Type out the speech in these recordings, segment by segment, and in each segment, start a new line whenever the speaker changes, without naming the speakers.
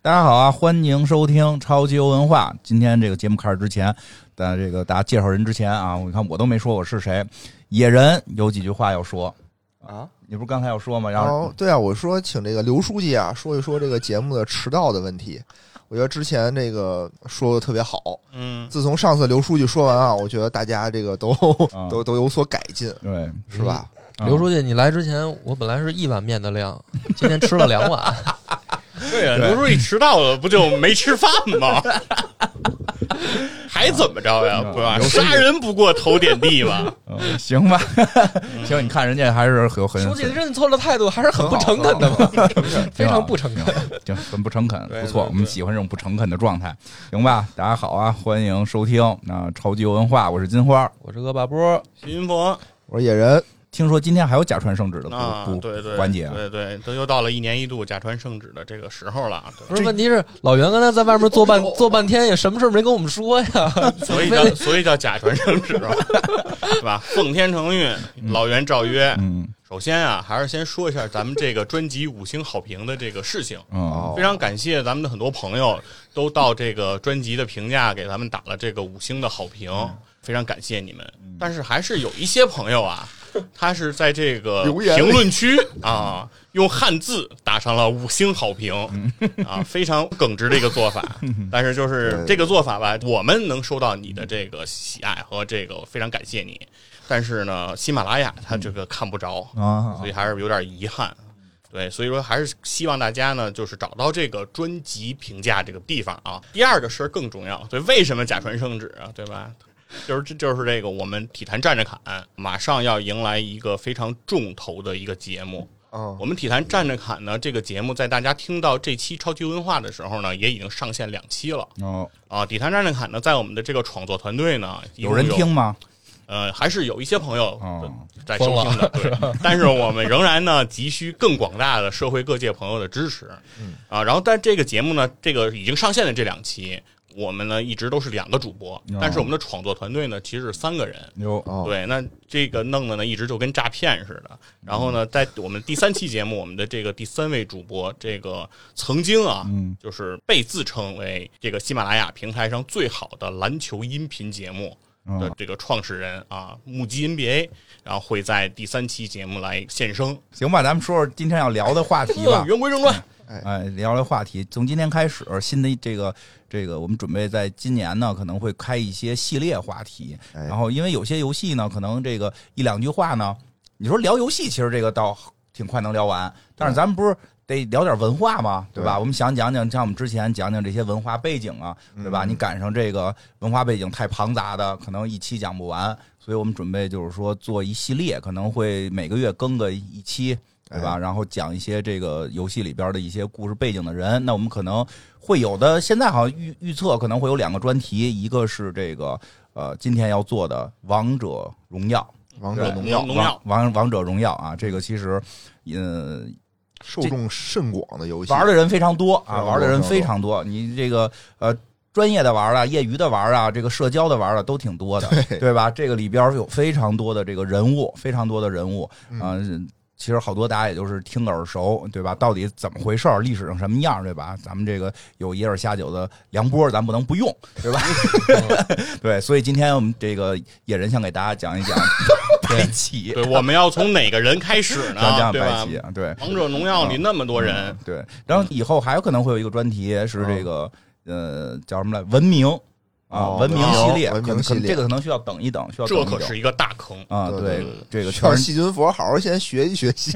大家好啊，欢迎收听超级游文化。今天这个节目开始之前，在这个大家介绍人之前啊，我看我都没说我是谁。野人有几句话要说，
啊，
你不是刚才要说吗？然
然
后
后对啊，我说请这个刘书记啊说一说这个节目的迟到的问题。我觉得之前这个说的特别好，
嗯，
自从上次刘书记说完啊，我觉得大家这个都
啊
都都有所改进，
对，
是吧？
啊
刘书记，你来之前我本来是一碗面的量，今天吃了两碗，
对啊呀，刘书记迟到了，不就没吃饭吗？还怎么着呀？
嗯
不吧？
刘书记
杀人不过头点地嘛。
嗯行吧，行，你看
啊
人家还是有很
书记认错的态度还是很不诚恳的嘛，非常不诚恳。
恳，就很不诚恳，
对
不错，
对
我们
对
喜欢这种不诚恳的状态，行吧？大家好啊，欢迎收听那超级游文化，我是金花。
我是恶霸波，
徐云鹏
我说野人，
听说今天还有假传圣旨的
啊
呃不，不
对对，
环节啊
对对，都又到了一年一度假传圣旨的这个时候了，
不是问题是老袁刚才在外面坐半坐半天，也什么事儿没跟我们说 呀？
对所以叫所以叫假传圣旨嘛，是吧？奉天承运，老袁诏曰。
嗯
首先啊，还是先说一下咱们这个专辑五星好评的这个事情。
哦
嗯，
非常感谢咱们的很多朋友都到这个专辑的评价给咱们打了这个五星的好评，
嗯
非常感谢你们。但是还是有一些朋 友啊，他是在这个
留言里
评论区啊用汉字打上了五星好评
嗯
啊，非常耿直的一个做法。但是就是这个做法吧，我们能收到你的这个喜爱和这个非常感谢你。但是呢，喜马拉雅它这个看不着，
啊
所，以还是有点遗憾。对，所以说还是希望大家呢，就是找到这个专辑评价这个地方啊。第二个事儿更重要，对，为什么假传圣旨啊？对吧？就是这就是这个我们体坛站着侃马上要迎来一个非常重头的一个节目。
嗯
我们体坛站着侃呢这个节目，在大家听到这期超级文化的时候呢，也已经上线两期了
哦，
啊。体坛站着侃呢，在我们的这个创作团队呢，一
有
共
人听吗？
呃，还是有一些朋友
哦
在收听的，对。但是我们仍然呢，急需更广大的社会各界朋友的支持。嗯啊，然后但这个节目呢，这个已经上线的这两期，我们呢一直都是两个主播，但是我们的创作团队呢其实是三个人。
有
哦
对，那这个弄的呢，一直就跟诈骗似的。然后呢，在我们第三期节目，我们的这个第三位主播，这个曾经啊，
嗯
就是被自称为这个喜马拉雅平台上最好的篮球音频节目，的
嗯
这个创始人啊，目击 NBA，然后会在第三期节目来现身。
行吧，咱们说说今天要聊的话题 吧。
言归正传，
哎，聊聊话题。从今天开始，新的这个这个，我们准备在今年呢，可能会开一些系列话题。
哎
然后，因为有些游戏呢，可能这个一两句话呢，你说聊游戏，其实这个倒挺快能聊完。但是咱们不是得聊点文化嘛，对吧？
对
我们想讲讲，像我们之前讲讲这些文化背景啊，对吧？你赶上这个文化背景太庞杂的，可能一期讲不完。所以我们准备就是说做一系列，可能会每个月更个一期，对吧？然后讲一些这个游戏里边的一些故事背景的人。那我们可能会有的，现在好像预预测可能会有两个专题，一个是这个呃今天要做的《王者荣耀》，
王
对
者荣耀
荣
王王王者荣耀啊，这个其实呃
受众甚广的游戏，
玩的人非常多啊，
对
玩的人非常多。你这个呃，专业的玩啊，业余的玩啊，这个社交的玩啊，都挺多的，对吧？这个里边有非常多的这个人物，非常多的人物啊。其实好多大家也就是听个耳熟，对吧？到底怎么回事儿？历史上什么样儿，对吧？咱们这个有一二下九的梁波，咱不能不用，对吧？ 对，所以今天我们这个野人想给大家讲一 讲白起，
对，我们要从哪个人开始
讲
呢？
讲
对
白
吧？
起，啊嗯对。
王者荣耀里那么多人，
对，然后以后还有可能会有一个专题是这个、呃叫什么来文明啊、
嗯哦
文明系列，可
文明
能可能
系列
这个可能需要等一嗯等，需要等
这
一
可
等
是一个大坑。
啊，
对对对
这个
需要
全是
细菌佛好好先学习学 习。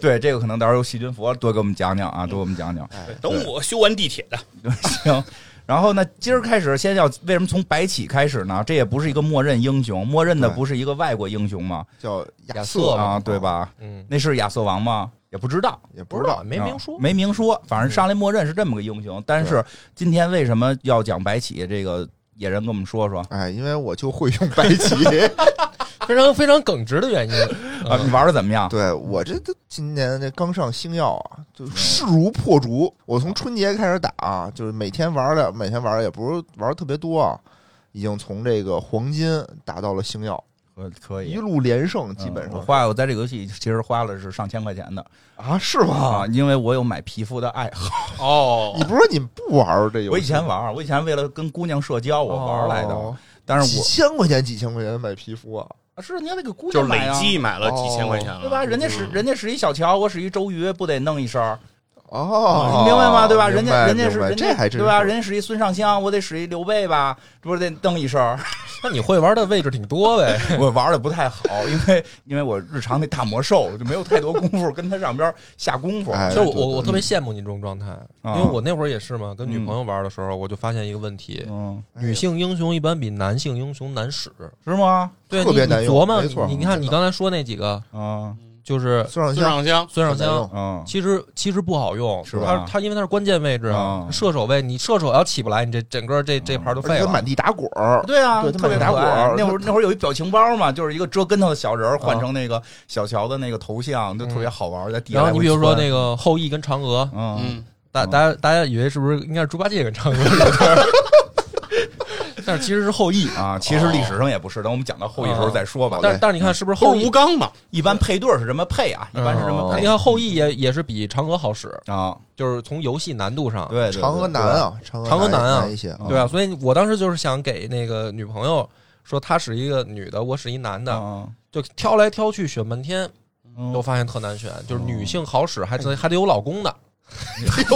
对这个可能到时候细菌佛多给我们讲讲啊，多给我们讲讲，
哎
等我修完地铁的，
行。然后呢，今儿开始先要为什么从白起开始呢？这也不是一个默认英雄，默认的
对
不是一个外国英雄吗？
叫亚
亚
瑟
瑟
啊，对？吧？
嗯，
那是亚瑟王吗？也不知道，
哦也不知道，
没明说
啊。没明说，反正上来默认是这么个英雄。但是今天为什么要讲白起？这个野人跟我们说说
哎，因为我就会用 白棋。
非常非常耿直的原因
嗯
啊，你玩的怎么样？
对我这都今年这刚上星耀啊，就势如破竹。我从春节开始打啊，就是每天玩的，每天玩的也不是玩得特别多啊，已经从这个黄金打到了星耀。
可可以
一。路连胜，基本
嗯我
上
花我在这个游戏其实花了是上千块钱的
啊，是
啊
吗，？
因为我有买皮肤的爱好。
哦
你，不是说你们不玩儿这游戏？
我以前玩儿，我以前为了跟姑娘社交，我玩儿来的。
哦
但是
几
我
千块钱，几千块钱买皮肤啊！
啊是人家那个姑
就
娘
是
买
累
啊，
计买了几千块钱了，
对吧？人家是
嗯
人家是一小乔，我是一周瑜，不得弄一身儿，
哦，
你嗯明白吗？对吧？人家
明白
人家是
明白
人
这
家
还真
对吧？
是
人家是一孙尚香，我得使一刘备吧，这不是得弄一身儿。
那你会玩的位置挺多呗。
我玩的不太好，因为因为我日常那大魔兽就没有太多功夫跟他上边下功夫。
哎
就
对
我
对
我特别羡慕你这种状态，因
啊
为我那会儿也是嘛，跟女朋友玩的时候，我就发现一个问题：
嗯，
哎
女性英雄一般比男性英雄难使。
是吗？
对，
特别
你
难
你
用
琢磨，
没错
你你看
真的
你刚才说那几个，
嗯
就是
孙尚
孙
香
尚香
孙尚
很难
香
用，
嗯，
其实其实不好用，
是吧
他他因为他是关键位置啊
啊，
射手位，你射手要起不来，你这整个这这盘就
啊而
废
且他
了。
满地打滚儿，
对啊，
对他
特别
买
可
打果
爱
儿
那会儿那会儿有一表情包嘛，就是一个折跟头的小人儿换成那个小乔的那个头像，就特别好玩儿，在地下
然
来
后
回窜。
你比如说那
嗯
个后羿跟嫦娥，
嗯，
嗯，
大
嗯
大家大家以为是不是应该是猪八戒跟嫦 娥？但是其实是后羿，
啊，其实历史上也不是，等我们讲到后一时候再说吧。
嗯啊但但是
嗯
你看是不是
都
后
是
羿
吴？刚嘛，
一般配对儿是这么配啊，一般是这么
你
配
看后羿也也是比嫦娥好使，
啊。
就是从游戏难度上，
对，对对
嫦娥难啊，嫦
嫦娥
难
难啊
一
嗯
些啊，
对啊，所以我当时就是想给那个女朋友说，她是一个女的，我是一男
对
的，
嗯
啊
就挑来挑去选半天，
嗯
都发现特难选，就是女性好使，还得还得有老公的，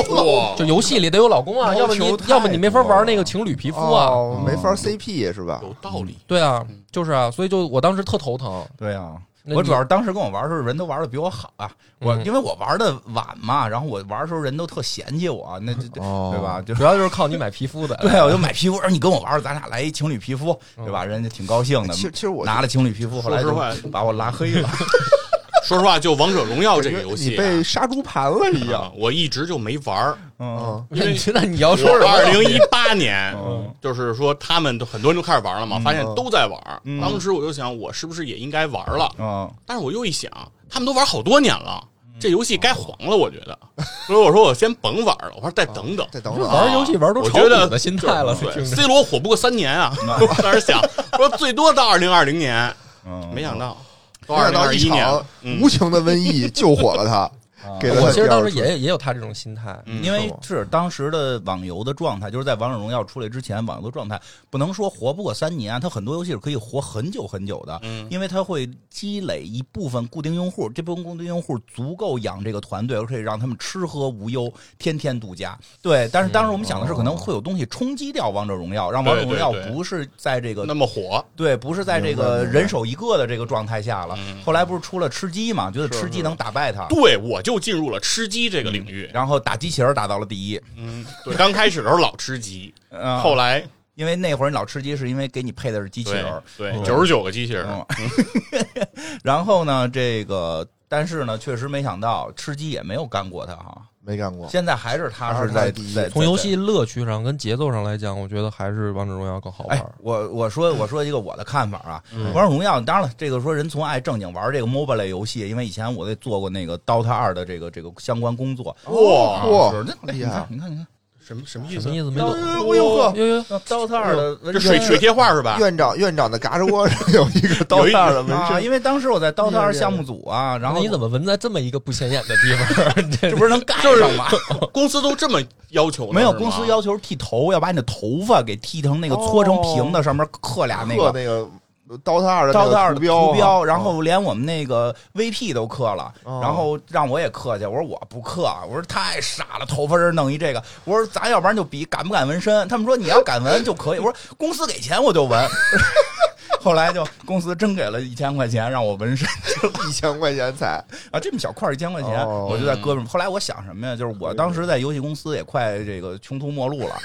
哇，
就游戏里得有老公啊，要
要
不
求
你
太
要不你没法
多了
玩那个情侣皮肤啊，
哦，没法 CP 是吧？
有道理，
对啊
嗯，
就是啊，所以就我当时特头疼。
对啊。
那
我
你
主要是当时跟我玩的时候，人都玩的比我好啊。我
嗯
因为我玩的晚嘛，然后我玩的时候人都特嫌弃我，那就
哦
对 吧？就
主要就是靠你买皮肤的，
对，我就买皮肤，让你跟我玩儿，咱俩来一情侣皮肤，对
嗯
吧？人家挺高兴的
其，实其实我
拿了情侣皮肤，后来
说实
就
话
把我拉黑了。
说实话，就王者荣耀这个游
你
戏、啊
被杀猪盘了一
一
样，
我一直就没玩儿。
嗯
嗯，
那你那你要 说
我
什么
二零一八年
嗯，
就是说他们都很多人都开始玩了嘛，发现都在玩。
嗯
当时我就想，我是不是也应该玩了？
嗯
但是我又一想，他们都玩好多年了，这游戏该黄了，我觉得。所以我说我先甭玩了，我说再等等。
再等等啊，
玩游戏玩出
我
炒
觉得
股的心态了，
对
听着
，C 罗火不过三年啊！我当时想，说最多到二零二零年，
嗯，
没想到
嗯
到
没
二
想
零
到
二
一
一年
场
了，嗯
无情的瘟疫救火了他，
啊
给了他
我其实
第二
当时
次
也也有他这种心态，
嗯
因为
是吧
是当时的网游的状态，就是在《王者荣耀》出来之前，网游的状态不能说活不过三年，它很多游戏是可以活很久很久的，
嗯
因为它会积累一部分固定用户，这部分固定用户足够养这个团队，而且让他们吃喝无忧，天天度假。对，但是
嗯
当时我们想的是，可能会有东西冲击掉《王者荣耀》，让《王者荣耀
哦对对》对
不是在这个
那么火，
对，不是在这
明白
个
明白
人手一个的这个状态下了
嗯。
后来不是出了吃鸡嘛，觉得吃鸡能打败它，
对我就进入了吃鸡这个领域。
然后打机器人打到了第一。
嗯，对，刚开始的时候老吃鸡，
嗯
后来
因为那会儿你老吃鸡，是因为给你配的是机器
对
人儿。
对
嗯
九十九个机器人，
嗯， 然后呢，这个但是呢，确实没想到吃鸡也没有干过他哈。
没干过，
现在还是他
还
是
是他
在
第一
在
从游。
在
戏乐趣上跟节奏上来讲，我觉得还是王者荣耀更好玩
哎
儿。，
我我说我说一个我的看法啊，
嗯
王者荣耀》当然了，这个说人从爱正经玩这个 MOBA 类游戏，因为以前我也做过那个《DOTA 二》的这个这个相关工作。啊
哇
哇
是那那
厉
你
害
看你看你看
什么什么意
什
思
么意？思？没懂。
哎呦呵
呦呦，
《DOTA 二》的文
这水
章
水贴画是吧？
院长院长的嘎吱窝上有一个刀
有一
叉的纹
啊，
身，
因为当时我在《DOTA
哎呀
二》项目组啊，然
然后
后
你怎么纹在这么一个不显眼的地方？
这
这
不是能盖上吗？
公司都这么要求呢，
没有，
是吗
公司要求剃头，要把你的头发给剃成那个搓成平的，上面刻俩 那
刻
个
那个刀叉二的
刀
那
刀
个
的
标
图
啊
标，然后连我们那个 VP 都刻了，
哦
然后让我也刻去。我说我不刻，我说太傻了，头发这儿弄一这个。我说咱要不然就比敢不敢纹身。他们说你要敢纹就可以。我说公司给钱我就纹。 后来就公司真给了一千块钱让我纹身
一千块钱才
啊，这么小块一千块钱，
哦
我就在胳膊上。后来我想什么呀？就是我当时在游戏公司也快这个穷途末路了，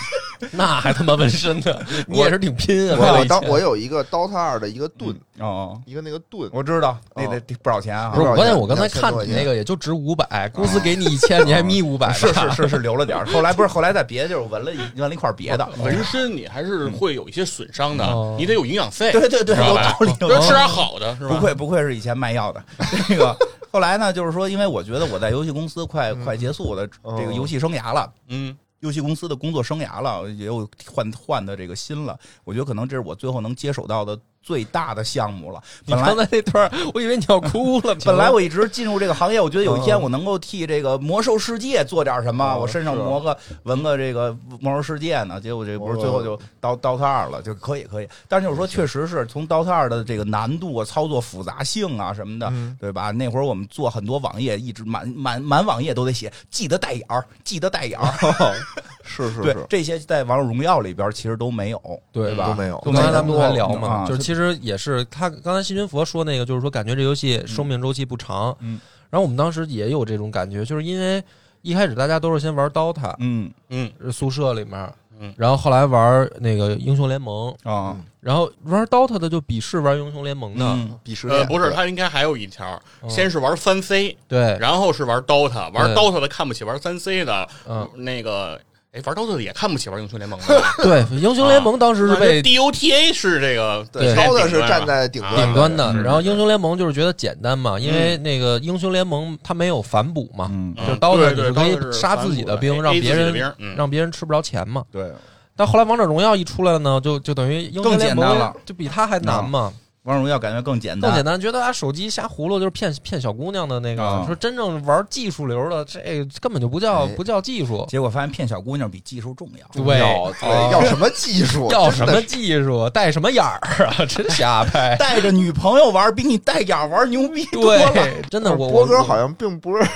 那还他妈纹身呢？你也是挺拼啊！
我
为
我
了
当
一切
我有一个 DOTA 二的一个盾，
哦。
一个那个盾，
我知道，
哦
那得不少钱啊！
不是，我
多
关键
少钱
我刚才
2000
看
多块
你
钱
那个也就值五百，公司给你一千，你还眯五百，
是是是是留了点儿，后来不是后来在别的地儿纹了一纹了一块别的，
纹身，你还是会有一些损伤的
哦，
你得有营养费，
对对对，
知道
有
吧
道理，有
就
道
是
理
吃点好的，是吧？
不愧不愧是以前卖药的 这个。后来呢，就是说，因为我觉得我在游戏公司快快结束我的
哦
这个游戏生涯了。
嗯，
游戏公司的工作生涯了，也有换换的这个心了。我觉得可能这是我最后能接手到的最大的项目了。
你
本来
刚才那段儿，我以为你要哭了。
本来我一直进入这个行业，我觉得有一天我能够替这个魔兽世界做点什么，
哦
我身上
是
磨个纹个这个魔兽世界呢。结果这不是
哦
最后就到 DOTA 二了，就可以可以。但是我说确实是从 DOTA 二的这个难度啊、操作复杂性啊什么的，
嗯
对吧？那会儿我们做很多网页，一直满满满网页都得写，记得带眼儿，记得带眼儿。
是是
对
是，，
这些在王者荣耀里边其实都没有，
对
吧？
都没有
都
刚
没
才
有
咱们还聊嘛，
啊
就是其实也是他刚才新军佛说那个，就是说感觉这游戏生命周期不长。
嗯，
然后我们当时也有这种感觉，就是因为一开始大家都是先玩 DOTA，
嗯
嗯
呃宿舍里面，
嗯
然后后来玩那个英雄联盟，
啊
然后玩 DOTA 的就鄙视玩英雄联盟的，
嗯
鄙视
呃，
链
不是，
对
他应该还有一条，
嗯
先是玩三 C，
对，
然后是玩 DOTA，
对
玩 DOTA 的看不起玩三 C 的，
嗯，
那个哎，玩 DOTA 的也看不起玩英雄联盟 的，
对，英雄联盟当时是被
DOTA 是这个
对
对
高的是站在顶
顶
端
顶端啊
端的
嗯，
然后英雄联盟就是觉得简单嘛，因为那个英雄联盟它没有反捕嘛，
嗯，
就是
嗯
DOTA
对对
你可以
DOTA 是
杀
反
自己
骨
的
的
兵
A-
让
A
别
自己的
人
兵嗯
让别人吃不着钱嘛。
对。
但后来王者荣耀一出来了呢，就就等于英雄
更
联
简单了嗯
盟就比它还难嘛，
王者荣耀感觉更简
更
单，
简单。觉得啊，手机瞎葫芦就是骗骗小姑娘的那
啊
个，说真正玩技术流的，这根本就不叫
哎
不叫技术，
结果发现骗小姑娘比技术重要。。
对
要
啊
对要什么技术？
要
真
什
的
么
是？
技术，带什么眼儿啊， 真瞎掰
带着女朋友玩比你带眼儿玩牛逼 多了。
对，真的我
波
我
哥好像并不是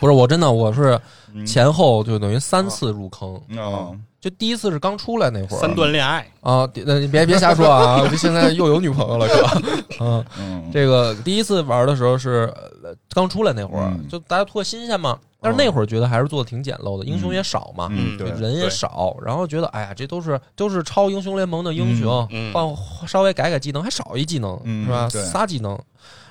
不是我真的我是
嗯
前后就等于三次入坑，
嗯，
就第一次是刚出来那会儿，
三段恋爱，
啊，那你别别瞎说 啊！我现在又有女朋友了，是吧？ 嗯，
嗯，
这个第一次玩的时候是呃刚出来那会儿，
嗯
就大家图个新鲜嘛。但是那会儿觉得还是做的挺简陋的，英雄也少嘛，
嗯对
人也少，然后觉得哎呀，这都是都是超英雄联盟的英雄，
嗯嗯
帮稍微改改技能，还少一技能、
嗯
是吧？
对
仨技能，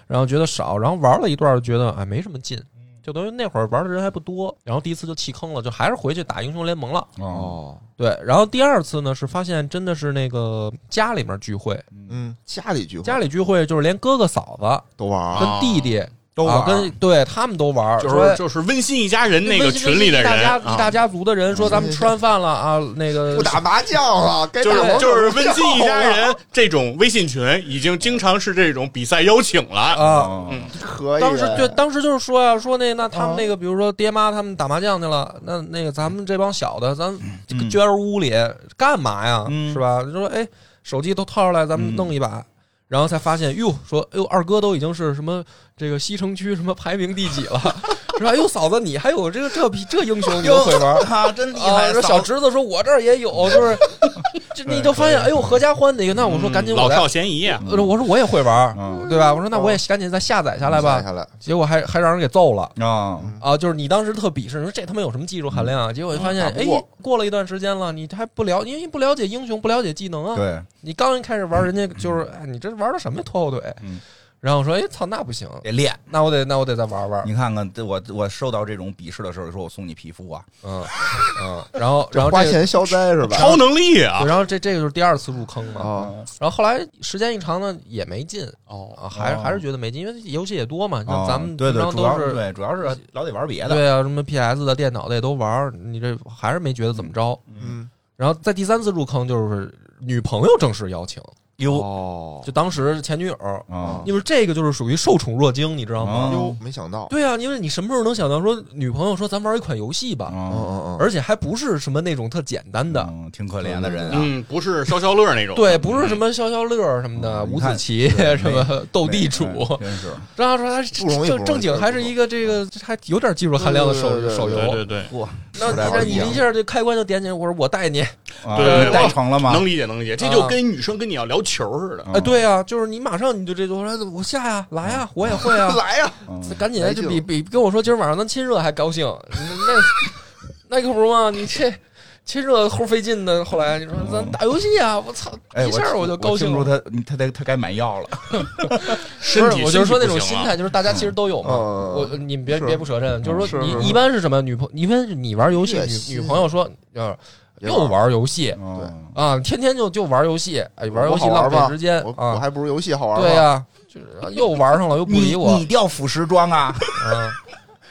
然后觉得少，然后玩了一段觉得哎没什么劲，
嗯
就等于那会儿玩的人还不多，然后第一次就弃坑了，就还是回去打英雄联盟了。
哦，
对，然后第二次呢是发现真的是那个家里面聚会，
嗯，家里聚会
家里聚会就是连哥哥嫂子
都玩
啊
儿，
跟弟弟
都玩
啊跟对他们都玩儿，
就是
说
就是温馨一家人那个
温馨
群里的
一大
人
家、一大
啊，
家族的人说咱们吃完饭了啊，那个
不打麻 将了，该
就
打
是
王者
就是
荣
温
耀
馨一家
了，
人这种微信群已经经常是这种比赛邀请了，
啊。
哦
嗯
可以。
当时就当时就是说呀、说那那他
啊
们那个，比如说爹妈他们打麻将去了，那那个咱们这帮小的，咱
嗯
撅着屋里干嘛呀？
嗯
是吧？就说哎，手机都掏出来，咱们
嗯
弄一把。然后才发现，哟，说，哎呦，二哥都已经是什么这个西城区什么排名第几了， 是吧？哎呦，嫂子，你还有这个这批这英雄，你都 会玩
啊，真厉
啊？
害！
说
嫂
小侄子说，我这儿也有， 就是，这你就发现，哎呦，合家欢哪个？那我说赶紧
嗯老
我来，
少咸宜啊，
呃我说我也会玩，
嗯
对吧？我说那我也赶紧再下载下来吧
下。来，
结果还还让人给揍了。
啊，
啊，就是你当时特鄙视，你说这他妈有什么技术含量啊？结果发现，
打不
哎
过，
过了一段时间了，你还不了，因为不了解英雄，不了解技能啊。
对，
你刚一开始玩，人家就是，哎，你这玩的什么呀？拖后腿
嗯。
然后我说，哎，操，那不行，
得练。
那我得，那我得再玩玩。
你看看，这我我受到这种鄙视的时候，说我送你皮肤啊，
嗯嗯，然后然后
花
这个，
钱消灾是吧？
超能力啊
对，然后这这个就是第二次入坑嘛。
啊，
然后后来时间一长呢，也没劲
哦，
啊，还是
哦
还是觉得没劲，因为游戏也多嘛，像
啊
咱们
对
平
对，
常
主
都
要
是。
对，主要是老得玩别的，
对啊，什么 PS 的、电脑的也都玩儿，你这还是没觉得怎么着。
嗯，
然后在第三次入坑就是女朋友正式邀请，
哟
哦
就当时前女友，
啊，
因为这个就是属于受宠若惊，你知道吗？
嗯
哟，没想到，
对啊，因为你什么时候能想到说女朋友说咱玩一款游戏吧，
嗯
嗯，
嗯嗯，
而且还不是什么那种特简单的，
嗯，挺可怜的人啊，
嗯，不是消消乐那种，
对，不是什么消消乐什么的，
哦
嗯
五子棋
你看
什么斗地主，
哎真是
然后说他
不容易不
正
容易
正经还是一个这个还有点技术含量的手
对对对
手
对对
游，
对，
哇，
那
实在不
那你
行
一下这开关就点起来，我说我带你，
嗯
啊
对对对
带成了吗？
能理解能理解，这
啊
就跟女生跟你要聊球似的，
嗯
哎，对呀，就是你马上你就这就说哎我下呀，来呀，我也会啊，
来呀，
嗯
赶紧
来
就
劲
比
了
比跟我说今儿晚上咱亲热还高兴，那那可不是吗？你这亲热齁费劲的，后来你说咱打游戏啊，我操，
哎，
一下
我
就高兴
我听
了。
出他，你他得他该买药了。
不
身体
是，我就是说那
身体
种
不
心
行了
态，就是大家其实都有嘛。
啊嗯
我你们别
是
别不扯阵，就是说
是
你
是
一般是什么女朋，一般是你玩游戏
越，新
女女朋友说呃
也
又玩游戏
嗯
啊，天天就就玩游戏，哎，玩游戏
我好
浪
玩
费
吗
时间
我我
啊，
还不如游戏好玩吗
对呀，就是又玩上了又不
你
理我
你掉腐蚀妆啊？
啊。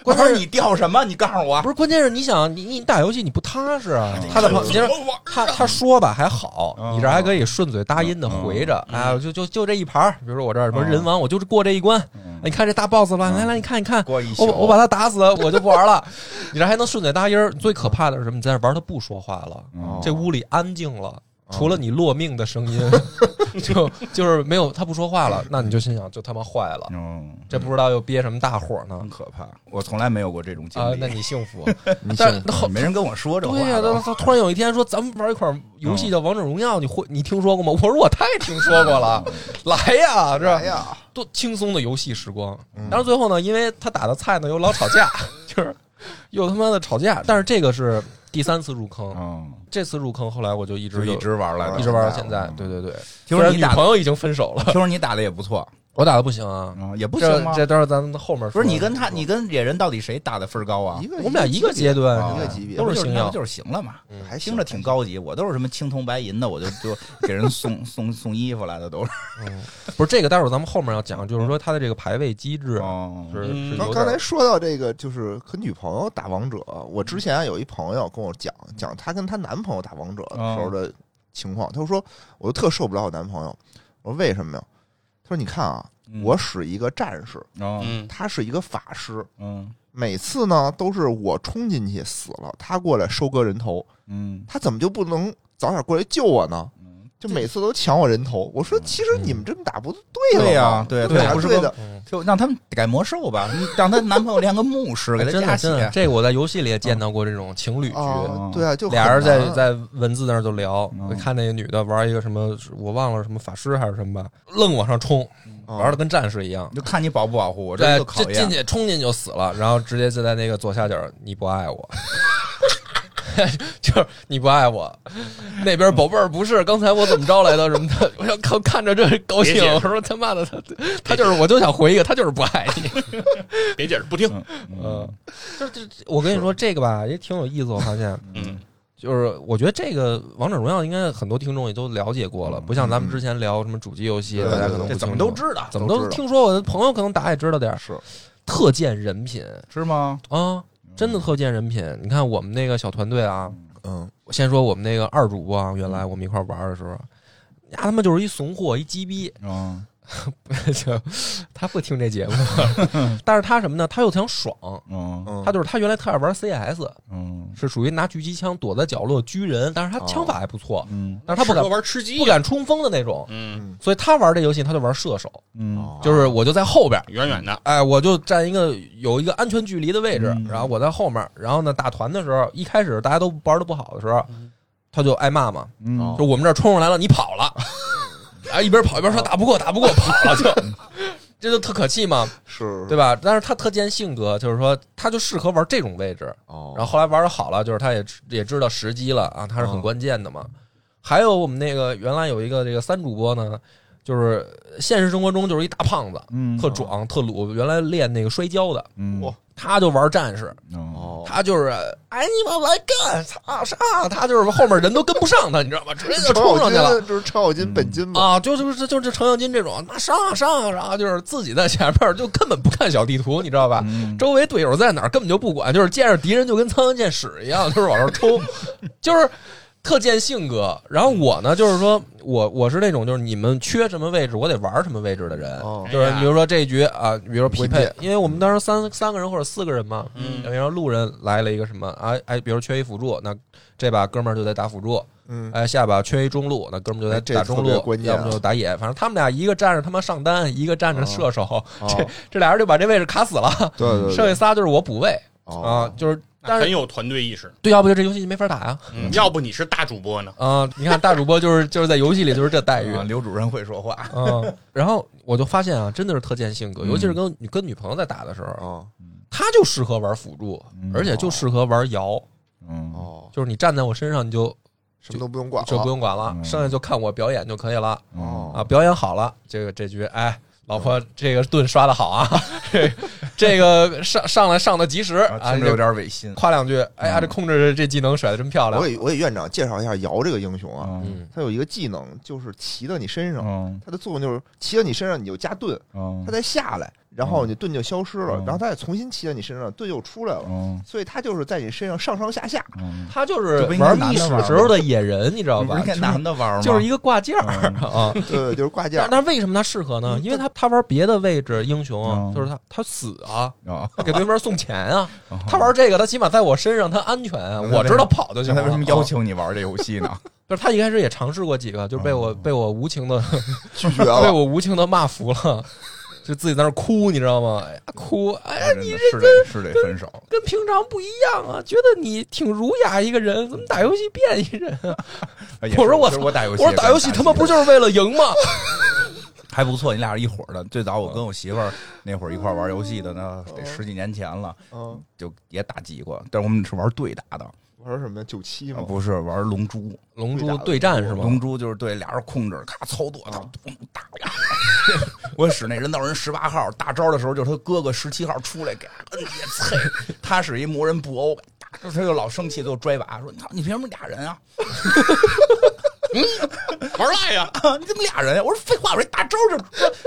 我
关
说
键是
你掉什么？你告诉我
不。是，关键是你想，你你打游戏你不踏实啊。
哎
他的朋友，你
怎
让
么玩儿？
他他说吧还好
嗯，
你这还可以顺嘴搭音的回着啊，就就就这一盘儿，比如说我这儿什么人王，我就是过这一关。哎你看这大 boss 了，来来，你看你
嗯
看，
哎过一宿
嗯我我把他打死了，我就不玩了。 你这还能顺嘴搭音儿。最可怕的是什么？你在那玩儿他不说话了，
嗯
这屋里安静了。除了你落命的声音，就就是没有他不说话了，那你就心想就他妈坏了，
嗯，
这不知道又憋什么大火呢
很可怕。我从来没有过这种经
啊！那
历，
你幸福，
你
但那后
没人跟我说这话
对呀、
都
他他突然有一天说咱们玩一款游戏叫《王者荣耀》，你会你听说过吗？我说我太听说过了，来呀，这
哎呀，
多轻松的游戏时光。但是最后呢，因为他打的菜呢又老吵架，就是又他妈的吵架。但是这个是第三次入坑，
嗯，
这次入坑后来我就一直
就一直玩来
一
着。
直玩到现在。
嗯
对对对，
听
虽
说
然
你
女
打
朋，友已经分手 了，
听说你打的也 不错，
我打的不行啊，
嗯，也不
不
行吗？
这都是咱们后面
不
说
是
的
你跟他，你跟野人到底谁打的分儿高啊
一？个
我们俩一个
级
阶
别
段
啊
一
是
个
吧
级别
都
不
是
就是
星
那不
耀，
就是行了嘛。
嗯
还行
听着挺。高级，我都是什么青铜白银的，我就就给人送送送衣服来的都是。
嗯不是这个，待会儿咱们后面要讲，就是说他的这个排位机制。
哦
是
嗯
是
刚
有
刚才
点
说到这个，就是和女朋友打王者，我之前啊有一朋友跟我讲讲她跟她男朋友打王者的时候的情况，她说我就特受不了我男朋友，我说为什么呀？她说你看啊，
嗯
嗯
我使一个战士，
哦
嗯，
他是一个法师，
嗯
每次呢都是我冲进去死了，他过来收割人头，
嗯
他怎么就不能早点过来救我呢？
嗯，
就每次都抢我人头，我说其实你们这么打不对了
对呀
嘛
对
这么
对
打不
不是
对
说
的，
嗯
就让他们改魔兽吧，你让她男朋友练个牧师，给
哎
他
真
加
的真的，
血。
这个我在游戏里也见到过这种情侣剧，
啊，对啊，就很
俩人在
难
在文字那儿就聊
嗯，
看那个女的玩一个什么，我忘了什么法师还是什么吧，愣往上冲，
啊
玩的跟战士一样
你。就看你保不保护嗯我，这
对
就，考
这进
验。
去冲进去就死了，然后直接就在那个左下角，你不爱我， 就是你不爱我。那边宝贝儿不是，刚才我怎么着来的什么的，我想看看着这高
别
兴
解，释
我说他妈的他他就是我就想回一个，他就是不爱你。
别解释，不听。
嗯，这这，这我跟你说这个吧，也挺有意思。我发现，
嗯，
就是我觉得这个《王者荣耀》应该很多听众也都了解过了，不像咱
嗯
们之前聊什么主机游戏，
嗯
大家可能
这
不
怎么
清楚
都知道，
呃怎么
都
都
知道
听说。我的朋友可能大家也知道点儿
是
特见人品
是吗？
啊，真的特见人品。你看我们那个小团队啊，
嗯
我先说我们那个二主播啊，原来我们一块儿玩儿的时候。呀，他妈就是一怂货，一鸡逼，
嗯
就他不听这节目， 但是他什么呢？他又想爽，
嗯
嗯，
他就是他原来特爱玩 CS，
嗯
是属于拿狙击枪躲在角落狙人，但是他枪法还不错，
嗯
但是他不敢
适合玩吃鸡，啊
不。敢冲锋的那种，
嗯，
所以他玩这游戏他就玩射手，
哦
嗯
就是我就在后边。
远远的，
哎，我就站一个有一个安全距离的位置，
嗯
然后我在后面，然后呢打团的时候，一开始大家都玩的不好的时候，他就挨骂嘛，
嗯，
就我们这儿冲上来了，你跑了，然后一边跑一边说打不过打不过跑了就，这就特可气嘛，
是
对吧？但是他特见性格，就是说他就适合玩这种位置，
哦，
然后后来玩的好了，就是他也知也知道时机了啊，他是很关键的嘛。
嗯
还有我们那个原来有一个这个三主播呢，就是现实生活中就是一大胖子，
嗯
特哦壮特鲁，原来练那个摔跤的，
嗯
哇
他就玩战士，
哦
哦，
他就是哎你们来干操杀，他就是后面人都跟不上他，你知道吗？直接就
程
冲上
咬
去
金
了。
就是程咬金本金嘛，
啊，就就是就是程咬金这种，那上啊上啊，然后就是自己在前面就根本不看小地图，你知道吧？
嗯
周围队友在哪儿根本就不管，就是见着敌人就跟苍蝇见屎一样， 就是往上冲，就是特见性格。然后我呢，就是说我我是那种就是你们缺什么位置，我得玩什么位置的人，
哦
就是
哎呀
比如说这一局啊，比如说匹
关
配
键，
因为我们当时三三个人或者四个人嘛，
嗯
然后路人来了一个什么，哎哎，比如缺一辅助，那这把哥们儿就得打辅助，
嗯，
哎，下把缺一中路，那哥们儿就
哎
得
这
打中
特别
路，
关键
要
啊
么就打野，反正他们俩一个站着他妈上单，一个站着
哦
射手，
哦
这这俩人就把这位置卡死了，
对对对，
剩下仨就是我补位啊
哦，，
就是但
那很
是
有团队意识。
对，要不就这游戏就没法打呀。
嗯，要不你是大主播呢？
啊，你看大主播就是就是在游戏里就是这待遇
啊，。刘主任会说话。
嗯，然后我就发现啊，真的是特见性格，
嗯
尤其是跟你跟女朋友在打的时候，
哦
她就适合玩辅助
嗯，
而且就适合玩摇，
嗯
哦，
就是你站在我身上你就
什么都不用管
就不
了，啊
用管了，
嗯
剩下就看我表演就可以了。
哦
啊，表演好了，这个这局，哎，老婆，
嗯
这个盾刷的好啊，这这个上上来上的及时啊，
听着有
这
点嗯违心。
夸两句，哎呀，这控制这技能甩的真漂亮
我，给我给院长介绍一下瑶这个英雄啊，
嗯
嗯，
他有一个技能就是骑到你身上，
嗯
他的作用就是骑到你身上你就加盾，
嗯
他再下来，然后你盾就消失了，
嗯
然后它再重新骑在你身上，盾又出来了，
嗯
所以它就是在你身上上上 下下。
嗯，
他就是
这不应该
玩
男
历
的
史
玩吗
时候的野人，你知道
不
吧
是应？该男的玩吗？
就是一个挂件儿
嗯
啊。
对，就是挂件
但
儿。
但为什么他适合呢？因为他他玩别的位置英雄啊
嗯，
就是他他死啊，
啊，
他给对面送钱 啊。他玩这个，他起码在我身上他安全啊，
嗯
我知道跑就行
现在
了。
为什么要
啊？
求你玩这游戏呢？
就是他一开始也尝试过几个，就是被
嗯
我被我无情的
绝
被
了，
我无情的骂服了， 就自己在那儿哭，你知道吗？哎呀，哭，哎呀，
你是得是得分手，
跟平常不一样啊，觉得你挺儒雅一个人，怎么打游戏变一人啊？
哎也
我说
是
我
其实我打游
我
戏，
说打游戏他妈不就是为了赢吗？
还不错？你俩是一伙儿的。最早我跟我媳妇 儿那会儿一块儿玩游戏的，那得十几年前了，
嗯，
就也打击过，但是我们是玩对打的，
玩什么呀？九七
啊
吗？
不是玩龙珠。
龙珠对战是吗
龙？珠就是对俩人控制，咔操作，他
啊
咚打呀！ 我使那人造人十八号大招的时候，就是他哥哥十七号出来给他摁一菜， 他是一魔人布欧，打他就老生气，就拽娃说：“操，你凭什么俩人啊？
玩赖啊呀！
你怎么俩人呀、我说：“废话，我这大招就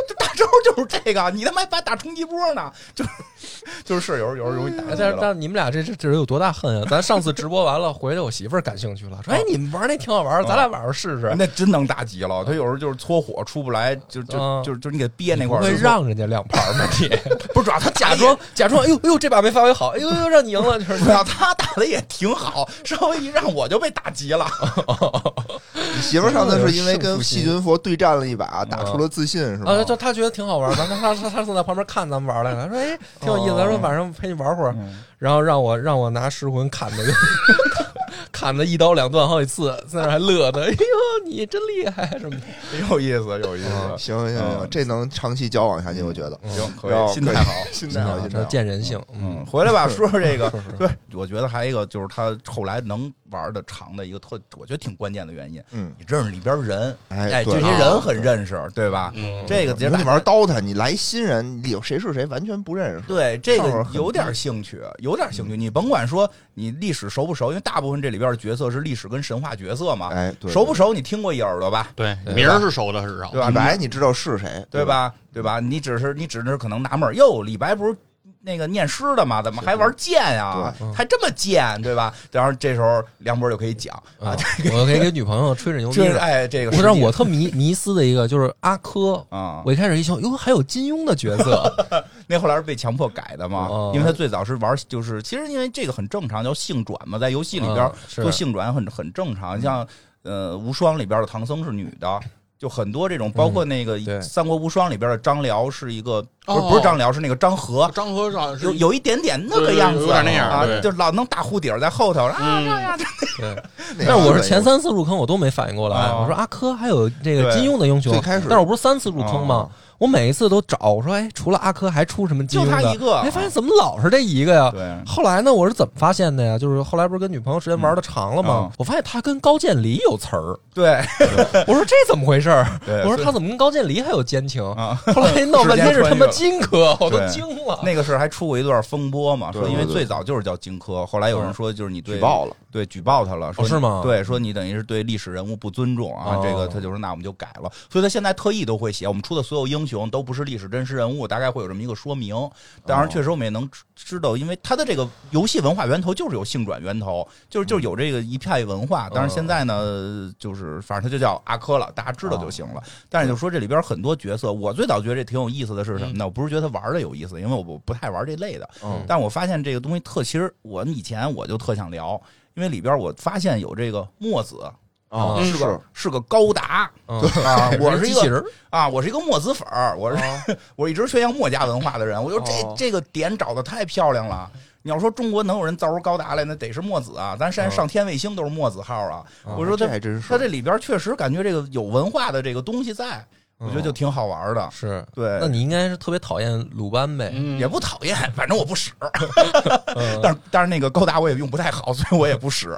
这大招就是这个，你他妈还把打冲击波呢？就是就是有时候有时候容易打起来
哎嗯但是
了。
但你们俩这这这人有多大恨啊？咱上次直播完了， 回来我媳妇儿感兴趣了，说：“哎，你们玩那挺好玩儿，咱俩晚上试试。”
啊那真能打急了，他有时候就是搓火出不来，就
啊
就就就你给憋那
你
块儿，
会
就说
让人家亮牌儿吗？你
不是主要他
假装假装，哎呦哎呦，这把没发挥好，哎呦哎呦，让你赢 了，就是
主要他打的也挺好，稍微一让我就被打急 了。
你媳妇儿上次是因为跟细菌佛对战了一把，打出了自信，是吗
啊，？就他觉得挺好玩儿，咱们他他他总在旁边看咱们玩儿来了，他说哎挺有意思，他
哦
说晚上陪你玩会儿，
嗯
然后让我让我拿噬魂砍他， 砍他一刀两断好几次，在那儿还乐呢，哎呦你真厉害什么的，
有意思，有意思，
嗯行行行，
嗯
这能长期交往下去，我觉得。嗯
嗯
行，可
然后
以，心 态好。
心态好，心态
这
好。
见人性，嗯
嗯，，回来吧，说说这 个
是是。
对，我觉得还有一个就是他后来能玩的长的一个特，我觉得挺关键的原因，
嗯，
你认识里边人，
哎
哎，
对
这些人很认识，对吧？
嗯，
这个
你
别
说
打
你玩刀塔，你来一新人，你有谁是谁完全不认识。
对这
上手
个
很
有点兴趣，有点兴趣。你甭管说你历史熟不熟，因为大部分这里边的角色是历史跟神话角色嘛，
哎，对，
啊熟不熟你听过一耳朵吧，
对
对吧
名儿是熟的，是少
对。吧？
李白你知道是谁，
对
吧？
吧？对吧？你只是你只是可能纳闷儿，哟，李白不是那个念诗的吗？怎么还玩剑啊？
对
还这么贱，对吧？然后这时候梁博就可以讲啊
啊，，我可以给女朋友吹着牛逼
这是
的，
哎，这个
我让我特迷迷思的一个就是阿珂。
啊，
我一开始一想，哟，还有金庸的角 色，
那后来是被强迫改的嘛
哦，
因为他最早是玩就是其实因为这个很正常，叫性转嘛，在游戏里
哦
边
嗯是
做性转很很正
嗯
常，像呃无双里边的唐僧是女的。就很多
嗯
这种，包括那个
对
《三国无双》里边的张辽是一个，不是
哦
不是张辽，是那个张合，
啊张和尚
有
是
有一点点那个样子，
对对有点那样
啊，
对
就老弄大护底儿在后头啊，
嗯
这样这
对，
那
但
个
是我是前三次入坑我都没反应过来，
啊
我说阿珂还有这
对
个金庸的英雄
最，开始
但是我不是三次入坑吗？我每一次都找，我说哎，除了阿珂还出什么金
啊就
庸
他
的？
一个
哎，，发现怎么老是这一个呀？
对，
后来呢，我是怎么发现的呀？就是后来不是跟女朋友时间玩的长了吗？
嗯
我发现他跟高渐离有词儿，
对
我说这怎么回事儿？
对，
我说
所以
他怎么跟高渐离还有奸情？
啊，
后来闹半天是他妈荆轲，我都
对
惊了。
那个是还出过一段风波嘛，
对
说因为
对对嗯
最早就是叫荆轲，后来有人说就是你对
举报了，
对举报他了，说
哦是吗
对，说你等于是对历史人物不尊重啊
哦，
这个他就说那我们就改了，所以他现在特意都会写我们出的所有英雄都不是历史真实人物，大概会有这么一个说明。当
哦
然，确实我们也能知知道，因为他的这个游戏文化源头就是有性转源头，就是
嗯
就是有这个一派文化。当然现在
哦
呢，就是反正他就叫阿珂了，大家知道就行了。但是就说这里边很多角色，我最早觉得这挺有意思的是什么
嗯
呢？我不是觉得他玩的有意思，因为我不不太玩这类的，
嗯，
但我发现这个东西特，其实我以前我就特想聊，因为里边我发现有这个墨子
啊，
嗯
是个是个高达
嗯
啊，我是
机
一
器
个
人哦儿，
啊，我是一个墨子粉儿，我是、 我一直宣扬墨家文化的人，我就这、
哦
这个点找的太漂亮了。你要说中国能有人造出高达来，那得是墨子啊！咱现在上天卫星都是墨子号啊！
嗯
我说
这
他
还真是
他这里边确实感觉这个有文化的这个东西在，我觉得就挺好玩的。
是。
对，
那你应该是特别讨厌鲁班呗？
嗯
也不讨厌，反正我不使。
嗯
但是但是那个高达我也用不太好，所以我也不使。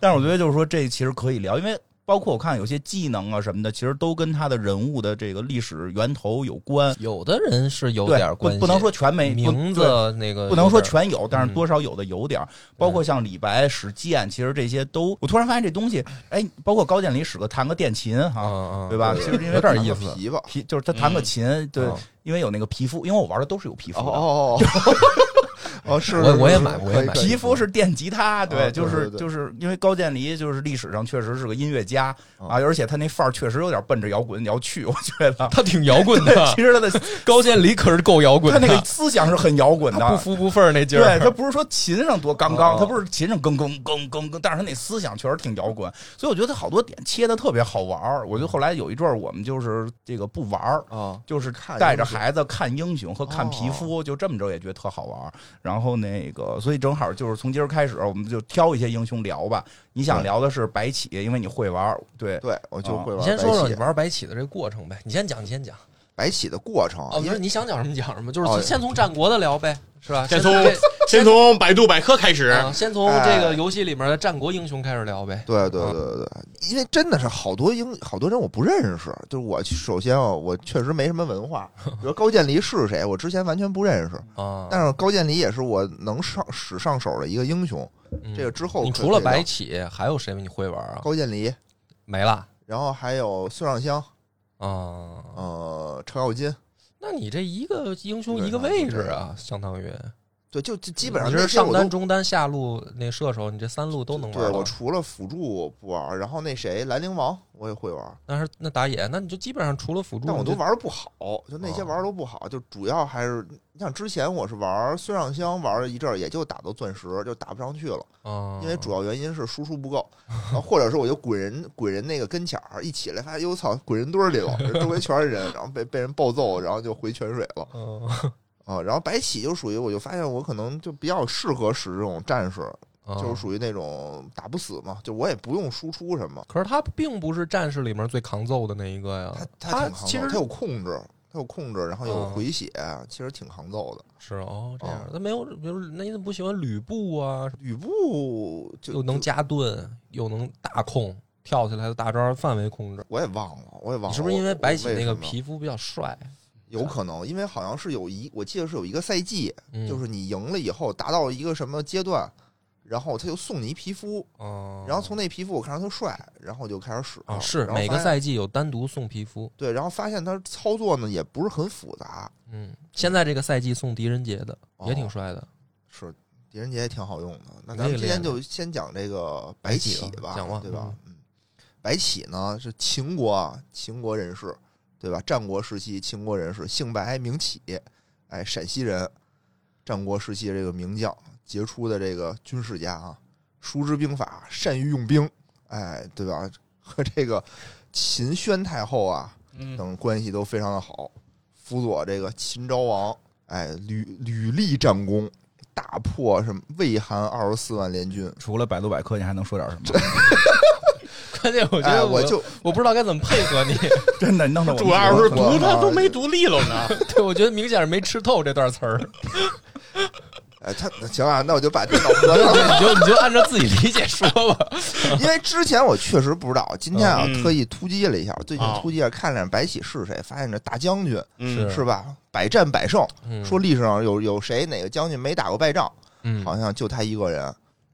但是我觉得就是说，这其实可以聊，因为包括我看有些技能啊什么的，其实都跟他的人物的这个历史源头有关。
有的人是有
对
点，
不
关系，
不能说全没不
名字
对
那个
不能说
有点
全有，但是
嗯
多少有的有点儿，包括像李白、史健，其实这些都，我突然发现这东西，哎，包括高渐离使个弹个电琴哈，
嗯嗯，
啊对吧？
对
其实因为
有点
皮
意
个
思。
皮吧，
皮就是他弹个琴，对
哦，
因为有那个皮肤，因为我玩的都是有皮肤
哦
的。
哦哦，哦是，
我我也
是
买
可
我也
以
买
可以
皮肤是电吉他，
啊
对，
对
就是
对对
就是因为高渐离就是历史上确实是个音乐家
哦
啊，而且他那范儿确实有点奔着摇滚要去，我 觉得。
他挺 摇滚的
其，实他的
高渐离可是够摇啊滚
他
的，
那个思想是很摇滚的，
他不服不忿儿那劲儿。
对他不是说琴上多刚刚，
哦
他不是琴上更更更更更，但是他那思想确实挺摇滚，所以我觉得他好多点切的特别好玩儿。我觉得后来有一阵儿我们就是这个不玩儿。
啊，
就是
看
带
英
着
雄
孩子看英哦雄和看皮肤，就这么着也觉得特好玩儿。然后那个，所以正好就是从今儿开始，我们就挑一些英雄聊吧。你想
对
聊的是白起，因为你会玩儿，对，
对我就
啊
会玩
你
白
先说说
起
你玩白起的这个过程呗，你先讲，你先讲。
白起的过程，
哦，不
因
是，
为
你想讲什么讲什么，就
哦
是先从战国的聊呗，是吧？
先
从
从先从百度百科开始
这，啊，先从
哎
这个游戏里面的战国英雄开始聊呗。
对对对对对，因为真的是好多英好多人我不认识，就是我首先啊，我确实没什么文 化，比如高渐离是谁，我之前完全不认识，
啊，
但是高渐离也是我能上使上手的一个英雄，
嗯
这个之后
你
可
除了
可以聊
白起还有谁你会玩啊？
高渐离，
没了
然后还有孙尚香，
啊。
呃，程咬金，
那你这一个英雄
对
一个
那
位
就
置
这
啊，相当于
对，就就基本上
你
那
是
些
上
我都
单、中单、下路那射手，你这三路都能玩
对
了。
我除了辅助不玩，然后那谁兰陵王我也会玩，
那是那打野，那你就基本上除了辅助，
但我
你
都
就
玩的不好，就那些
啊
玩的都不好，就主要还是你像之前我是玩孙尚香玩了一阵儿，也就打到钻石，就打不上去了，
啊，
因为主要原因是输出不够，然后或者是我就滚人滚人那个跟前儿，一起来发现哟操滚人堆儿里了，周围全是人，然后被被人暴揍，然后就回泉水了
嗯
啊。然后白起就属于我就发现我可能就比较适合使这种战士，
啊
就是属于那种打不死嘛，就我也不用输出什么，
可是他并不是战士里面最扛揍的那一个呀
他，他挺抗
啊其
揍，
实
他有控制，他有控制，然后有
嗯
回血，其实挺抗揍的。
是哦，这样
哦
他没有，比如那你怎么不喜欢吕布啊？
吕布就
又能
就
加盾，又能大控，跳起来的大招范围控制。
我也忘了，我也忘了，
你是不是因为
我
白起那个？
我为什么
皮肤比较帅？
有可能，因为好像是有一，我记得是有一个赛季，
嗯，
就是你赢了以后达到一个什么阶段，然后他就送你一皮肤，
哦，
然后从那皮肤我看着他帅，然后我就开始使
啊是
然后
每个
发现
赛季有单独送皮肤，
对，然后发现他操作呢也不是很复杂，
嗯，现在这个赛季送狄仁杰的
哦
也挺帅的，
是狄仁杰也挺好用的。那
你这
咱
个
们今天
练的
就先讲这个
白
白
起
起
吧
吧，
讲吧
对吧？嗯，白起呢是秦国啊，秦国人士，对吧？战国时期秦国人士，姓白名起，哎，陕西人。战国时期这个名将，杰出的这个军事家啊，熟知兵法，善于用兵，哎，对吧？ 和这个秦宣太后啊，
嗯，
等关系都非常的好。辅佐这个秦昭王，哎，屡屡立战功，大破什么魏韩二十四万联军。
除了百度百科，你还能说点什么？
关键我觉
哎，
得
我就
我不知道该怎么配 合你，
真的，你弄 得我
主要是
我
读他
我
都没读利落 呢，
对我觉得明显是没吃透这段词儿，
哎，他行啊，那我就把电脑关了。
你就你就按照自己理解说吧，
因为之前我确实不知道，今天啊、
嗯
特意突击了一下，最近
哦
突击了看了下白起是谁，发现这大将军
嗯，
是吧？百战百胜，
嗯
说历史上有有谁哪个将军没打过败仗？
嗯，
好像就他一个人，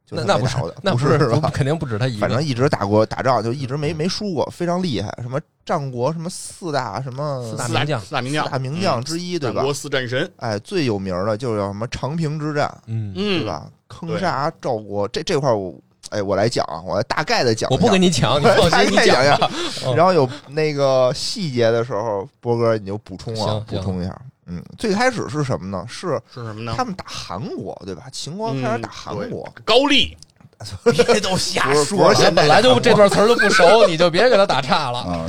就
那
他
那
没
不
打
是
过的，
那
不
不是
是吧？
肯定不止他一个，
反正一直打过打仗，就一直没没输过，非常厉害。什么战国什么四大什么
四大
四
名将
四大名
四
将，
大名将之一，
嗯，
对
战
吧？
国四战神，
哎，最有名的就是叫什么长平之战，
嗯。
对
嗯，
吧？坑杀赵国这这块儿我哎，我来讲啊，我来大概的讲一
我
下，
不跟你抢，你放
大
心，你
概讲
讲
一下
吧。 嗯
然后有那个细节的时候，波哥你就补充啊
行，
补
行
充一下。嗯，最开始是什么呢？是
是什么呢
他？们打韩国，对吧？秦国开始
嗯
打韩国，
高丽，
别都瞎
不
说
是不是
了。
咱本来就这段词儿就不熟，你就别给他打岔 了。
啊，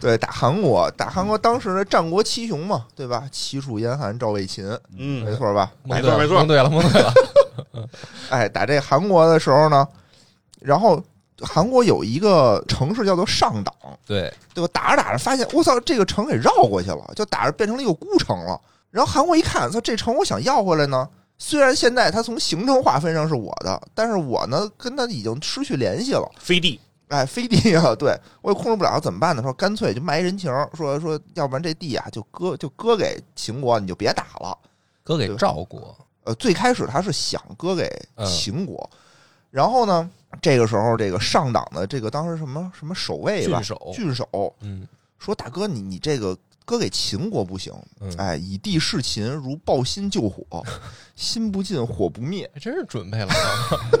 对，打韩国，打韩
嗯
国，当时的战国七雄嘛，对吧？齐楚燕韩赵魏秦，
嗯
没，错吧？
蒙对了
没错没错
蒙对 了，蒙对了。
哎，打这韩国的时候呢，然后韩国有一个城市叫做上党，
对，
对吧？打着打着发现，我操，这个城给绕过去了，就打着变成了一个孤城了。然后韩国一看，操，这城我想要回来呢。虽然现在它从行政划分上是我的，但是我呢跟它已经失去联系了。
飞地，
哎，飞地啊，对我也控制不了，怎么办呢？说干脆就卖一人情，说说，要不然这地啊就割就割给秦国，你就别打了。
哥给赵国，
呃，最开始他是想割给
嗯
秦国，然后呢，这个时候这个上党的这个当时什么什么守卫吧，
郡守
郡守
嗯
说：“大哥，你你这个割给秦国不行，
嗯，
哎，以地事秦如抱薪救火，心不尽火不灭
还真是准备了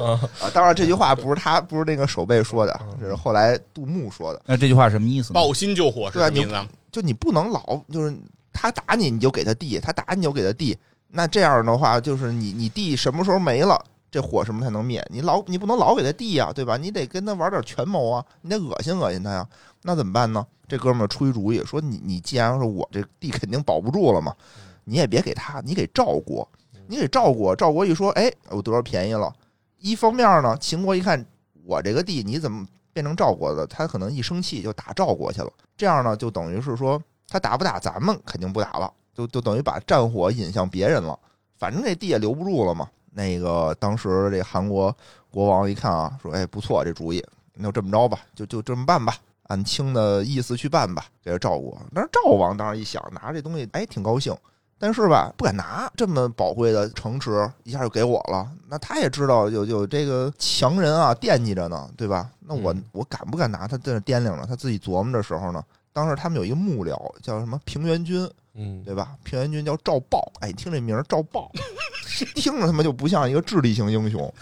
啊，啊
啊！”当然，这句话不是他不是那个守卫说的，这是后来杜牧说的。
那这句话什么意思呢？
抱薪救火是
对啊
什么意思啊？
就你不能老就是他打你你就给他地，他打你就给他地。那这样的话，就是你你地什么时候没了，这火什么才能灭？你老你不能老给他地呀、对吧？你得跟他玩点权谋啊，你得恶心恶心他呀。那怎么办呢？这哥们儿出一主意，说你你既然说我这地肯定保不住了嘛，你也别给他，你给赵国，你给赵国，赵国一说，哎，我得着便宜了。一方面呢，秦国一看我这个地你怎么变成赵国的，他可能一生气就打赵国去了。这样呢，就等于是说他打不打咱们肯定不打了，就就等于把战火引向别人了。反正这地也留不住了嘛。那个当时这韩国国王一看啊，说：“哎，不错，这主意，那就这么着吧，就就这么办吧，按卿的意思去办吧。”给他赵国，但是赵王当时一想，拿这东西，哎，挺高兴。但是吧，不敢拿这么宝贵的城池，一下就给我了。那他也知道有有这个强人啊惦记着呢，对吧？那我、
嗯
我敢不敢拿？他在那掂量着，他自己琢磨的时候呢，当时他们有一个幕僚叫什么平原君，
嗯，
对吧？平原君叫赵豹，哎，你听这名儿赵豹， 听着他妈就不像一个智力型英雄，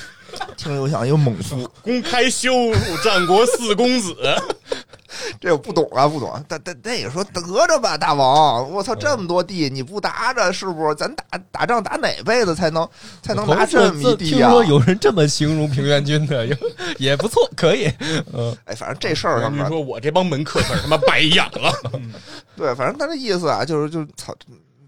听着就像一个猛夫。
公开羞辱战国四 公子，
这我不懂啊，不懂、啊。但但但也说得着吧，大王，
嗯
我操，这么多地你不打着是不是？咱打打仗打哪辈子才能才能拿这么一地啊
听
呀、
说有人这么形容平原君的，也也不错，可以，嗯，
哎，反正这事儿上
你
面，
说我这帮门客可是他妈白养了。
对，反正他这意思啊，就是就是操，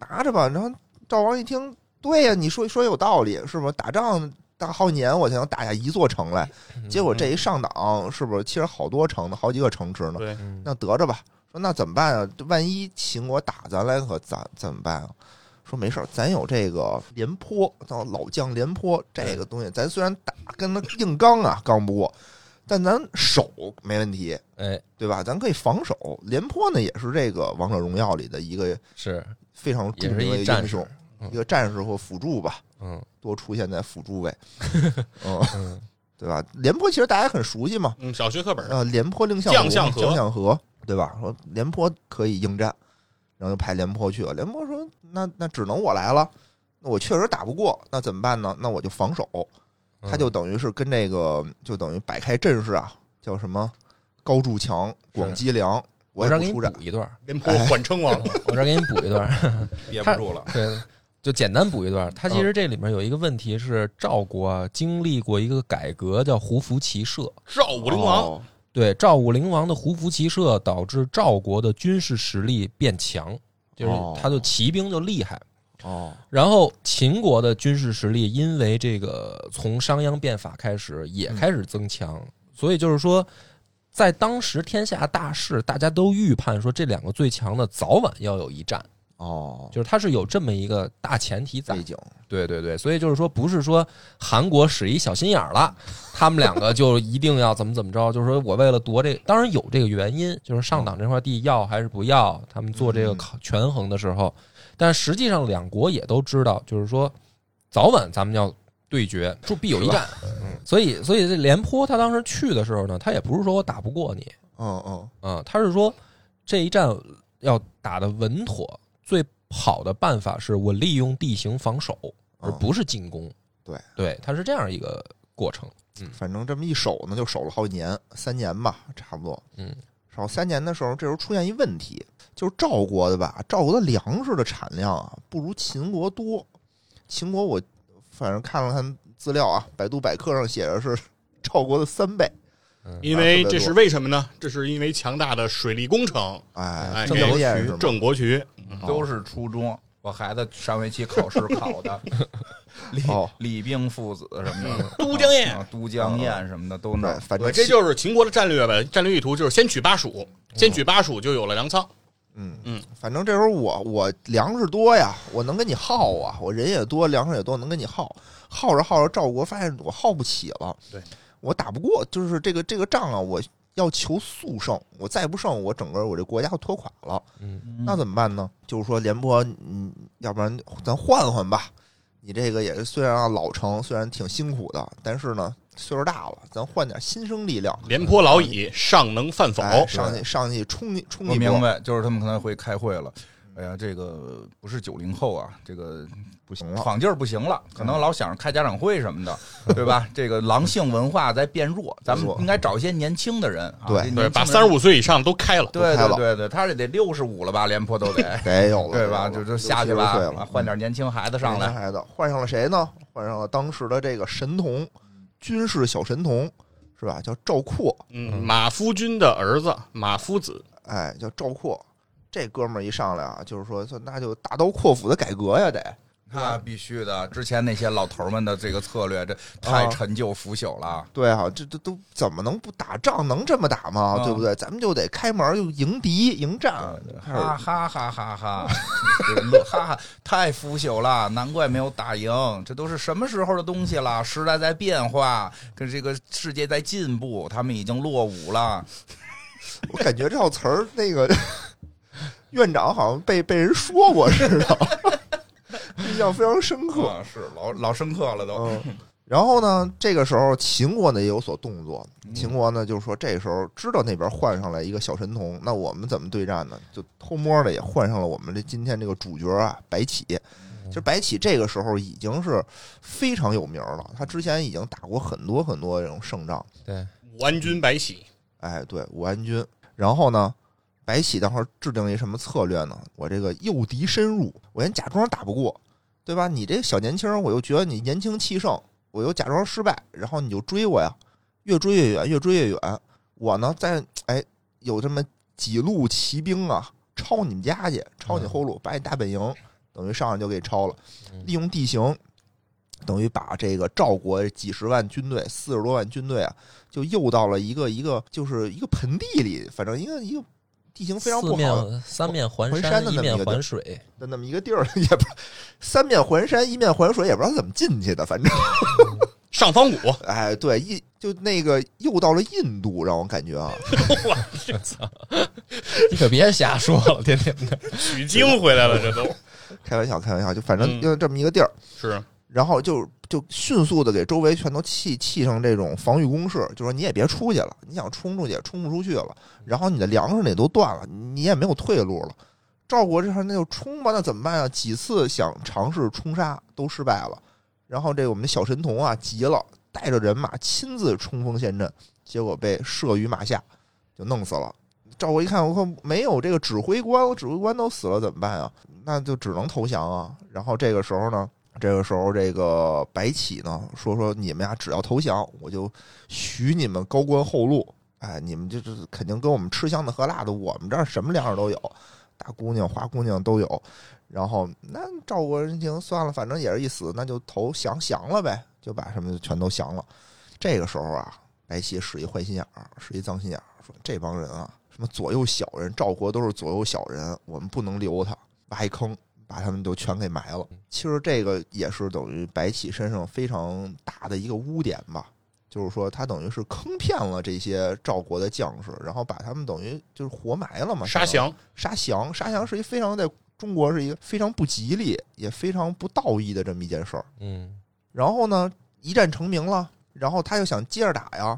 拿着吧。然后赵王一听，对呀、你说说有道理，是不是？打仗打好几年我才能打下一座城来，
嗯
结果这一上党，是不是？其实好多城呢，好几个城池呢。
对，
嗯
那得着吧，说那怎么办啊？这万一秦国打咱来可咱怎么办啊？说没事儿，咱有这个廉颇，叫老将廉颇这个东西，咱虽然打跟他硬刚啊，刚不过，但咱守没问题，
哎，
对吧？咱可以防守。廉颇呢，也是这个王者荣耀里的一个
是
非常著
也
名
是
的
一
一个
战
英
士
雄，，
嗯
一个战士或辅助吧，
嗯
多出现在辅 助位，嗯，
嗯，
对吧？廉颇其实大家很熟悉嘛，
嗯，小学课本儿
呃，廉颇蔺相
将相
和，
和
将相和，对吧？说廉颇可以应战，然后就派廉颇去了。廉颇说：“那那只能我来了，那我确实打不过，那怎么办呢？那我就防守。”
嗯
他就等于是跟这个，就等于摆开阵势啊，叫什么高筑墙、广积粮，
我
我也
这儿
不
给你
出战
补。一段，
廉颇缓 称王了，
我这儿给你补一段，
憋不住了。
对， 就简单补一段。它其实
嗯
这里面有一个问题是，赵国啊经历过一个改革，叫胡服骑射。
赵武灵王，
哦
对，赵武灵王的胡服骑射导致赵国的军事实力变强，就是
哦
他就骑兵就厉害。
哦，
然后秦国的军事实力，因为这个从商鞅变法开始也开始增强，所以就是说，在当时天下大势，大家都预判说这两个最强的早晚要有一战，
哦，
就是它是有这么一个大前提在
背。景
对对对，所以就是说，不是说韩国使一小心眼儿了，他们两个就一定要怎么怎么着，就是说我为了夺这当然有这个原因，就是上党这块地要还是不要，他们做这个
嗯
考权衡的时候，但实际上两国也都知道，就是说早晚咱们要对决，就必有一战。嗯，所以所以这廉颇他当时去的时候呢，他也不是说我打不过你，
嗯嗯，
啊、他是说这一战要打的稳妥，最好的办法是我利用地形防守，而
嗯
不是进攻。
对
对，它是这样一个过程。
反正这么一守呢，就守了好几年，三年吧，差不多。
嗯，
少三年的时候，这时候出现一问题，就是赵国的吧，赵国的粮食的产量啊，不如秦国多。秦国我反正看了看资料啊，百度百科上写着是赵国的三倍。
因为这是为什么呢？这是因为强大的水利工程，
哎
哎，
郑
郑
国
国
也是吗
郑国渠，
都是初中，我孩子上学期考试考的， 李
哦
李病父子什么的，
都江堰
啊都江堰什么的都
对，
能。
反
对，
正
这就是秦国的战略呗，战略意图就是先取巴蜀，先取巴蜀就有了粮仓。
嗯
嗯，
反正这时候我我粮食多呀，我能跟你耗啊，我人也多，粮食也多，能跟你耗。耗着耗着，赵国发现我耗不起了，
对，
我打不过，就是这个这个仗啊，我要求速胜，我再不胜，我整个我这国家要拖垮了。
嗯，
那怎么办呢？就是说廉颇，嗯，要不然咱换换吧。你这个也是虽然啊老成，虽然挺辛苦的，但是呢岁数大了，咱换点新生力量。
廉颇老矣，尚能饭否？
哎，上去上去冲一冲
我
一波嗯
明，白，就是他们可能会开会了。哎呀，这个不是九零后啊，这个
不行了，
闯劲儿不行了，
嗯
可能老想着开家长会什么 的，对吧？这个狼性文化在变弱，咱们
没错
应该找一些年轻的人啊，
对
这年轻
对，
人
把三十五岁以上都开了。
对
开
对
了，
对对，他这得六十五了吧，廉颇都得
得有了，
对吧？
得有
就
了
就下去
六七十岁
了，
了，嗯
换点年轻孩子上来。
孩子换上了谁呢？换上了当时的这个神童，军事小神童是吧？叫赵括，
嗯，马夫君的儿子马夫子，
哎，叫赵括。这哥们儿一上来啊，就是说，那就大刀阔斧的改革呀，得
那必须的，之前那些老头儿们的这个策略，
啊
这太陈旧腐朽了。
对啊，这这都怎么能不打仗？能这么打吗？
啊
对不对？咱们就得开门就迎敌迎战，开始
哈哈哈哈哈！ 这个乐哈哈，太腐朽了，难怪没有打赢。这都是什么时候的东西了？时代在变化，跟这个世界在进步，他们已经落 伍了。啊
我感觉这套词儿那个院长好像被被人说过似的， 印象非常深刻。
啊是老老深刻了都。
嗯， 然后呢，这个时候秦国呢也有所动作，
嗯
秦国呢就是说这时候知道那边换上来一个小神童，那我们怎么对战呢？就偷摸的也换上了我们这今天这个主角啊白起。其实白起这个时候已经是非常有名了，他之前已经打过很多很多这种胜仗。
对，
武安君白起，
哎，对，武安君。然后呢，白起当时制定了一什么策略呢？我这个诱敌深入，我先假装打不过，对吧？你这个小年轻儿，我又觉得你年轻气盛，我又假装失败，然后你就追我呀，越追越远，越追越远。我呢，在哎有这么几路骑兵啊，抄你们家去，抄你后路，把你大本营等于上来就给抄了，利用地形。等于把这个赵国几十万军队、四十多万军队啊，就诱到了一个一个就是一个盆地里，反正一个一个地形非常
四
不好
面三面环
环山的
一
那么一
面
个地
环
儿
水，
的那么一个地儿，也不三面环山，一面环水，也不知道怎么进去的，反正
上方谷，
哎，对，印就那个又到了印度，让我感觉啊，
你可别瞎说了，天天的。
取经回来了，这都
开玩笑，开玩笑，就反正
嗯
就这么一个地儿，
是
然后就就迅速的给周围全都砌砌上这种防御工事，就说你也别出去了，你想冲出去也冲不出去了，然后你的粮食也都断了，你也没有退路了。赵国这儿那就冲吧，那怎么办啊？几次想尝试冲杀都失败了，然后这个我们的小神童啊急了，带着人马亲自冲锋陷阵，结果被射于马下，就弄死了。赵国一看，我靠，没有这个指挥官，我指挥官都死了，怎么办啊？那就只能投降啊。然后这个时候呢，这个时候，这个白起呢说说你们呀，只要投降，我就许你们高官厚禄。哎，你们这这肯定跟我们吃香的喝辣的，我们这儿什么粮食都有，大姑娘、花姑娘都有。然后那赵国人情算了，反正也是一死，那就投降降了呗，就把什么就全都降了。这个时候啊，白起使一坏心眼儿，使一脏心眼儿，说这帮人啊，什么左右小人，赵国都是左右小人，我们不能留他，挖一坑把他们都全给埋了。其实这个也是等于白起身上非常大的一个污点吧，就是说他等于是坑骗了这些赵国的将士，然后把他们等于就是活埋了嘛，
杀
相当于
降，
杀降，杀降是一非常在中国是一个非常不吉利也非常不道义的这么一件事儿。
嗯，
然后呢，一战成名了，然后他又想接着打呀。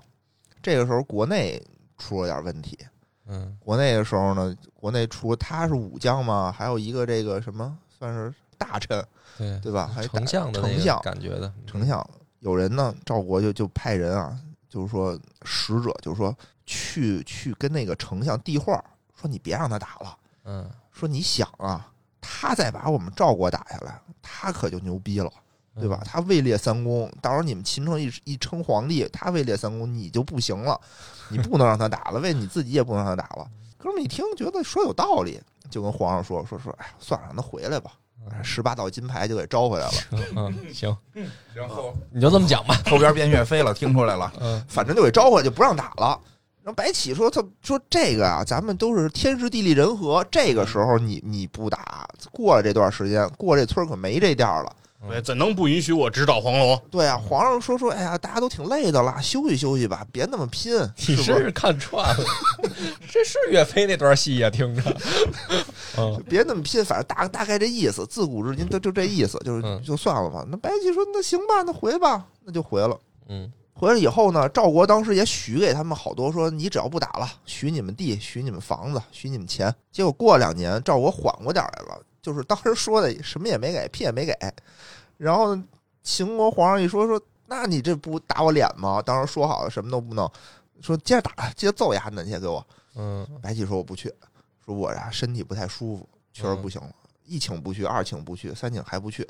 这个时候国内出了点问题，
嗯，
国内的时候呢，国内除他是武将嘛，还有一个这个什么算是大臣
对，
对吧？还有大
丞嗯相的那
丞
个
相
感觉的
丞，相有人呢，赵国就就派人啊，就是说使者，就是说去去跟那个丞相递话，说你别让他打了。
嗯，
说你想啊，他再把我们赵国打下来，他可就牛逼了，对吧？他位列三公，到时候你们秦城一一称皇帝，他位列三公，你就不行了，你不能让他打了，为你自己也不能让他打了。哥们儿一听觉得说有道理，就跟皇上说说说，哎呀，算了，让他回来吧。十八道金牌就给招回来了，
嗯？嗯，行，
然后
你就这么讲吧。
后边变岳飞了，听出来了。
嗯，
反正就给招回来，就不让打了。然后白起说：“他说这个啊，咱们都是天时地利人和，这个时候你你不打，过了这段时间，过这村儿可没这店儿了。
对，怎能不允许我直捣黄龙？
对啊，皇上说说，哎呀，大家都挺累的了，休息休息吧，别那么拼，
你
是不
真 是看串了， 这是岳飞那段戏呀、听着，嗯，
别那么拼，反正大大概这意思，自古至今都就这意思，就是、
嗯
就算了吧。那白起说那行吧，那回吧，那就回了。
嗯，
回来以后呢，赵国当时也许给他们好多，说你只要不打了，许你们地，许你们房子，许你们钱。结果过两年，赵国缓过点儿来了，就是当时说的什么也没给，屁也没给。然后呢秦国皇上一说说，那你这不打我脸吗？当时说好了什么都不弄，说接着打，接着揍丫的，你也给我。
嗯，
白起说我不去，说我呀身体不太舒服，确实不行了。一请不去，二请不去，三请还不去，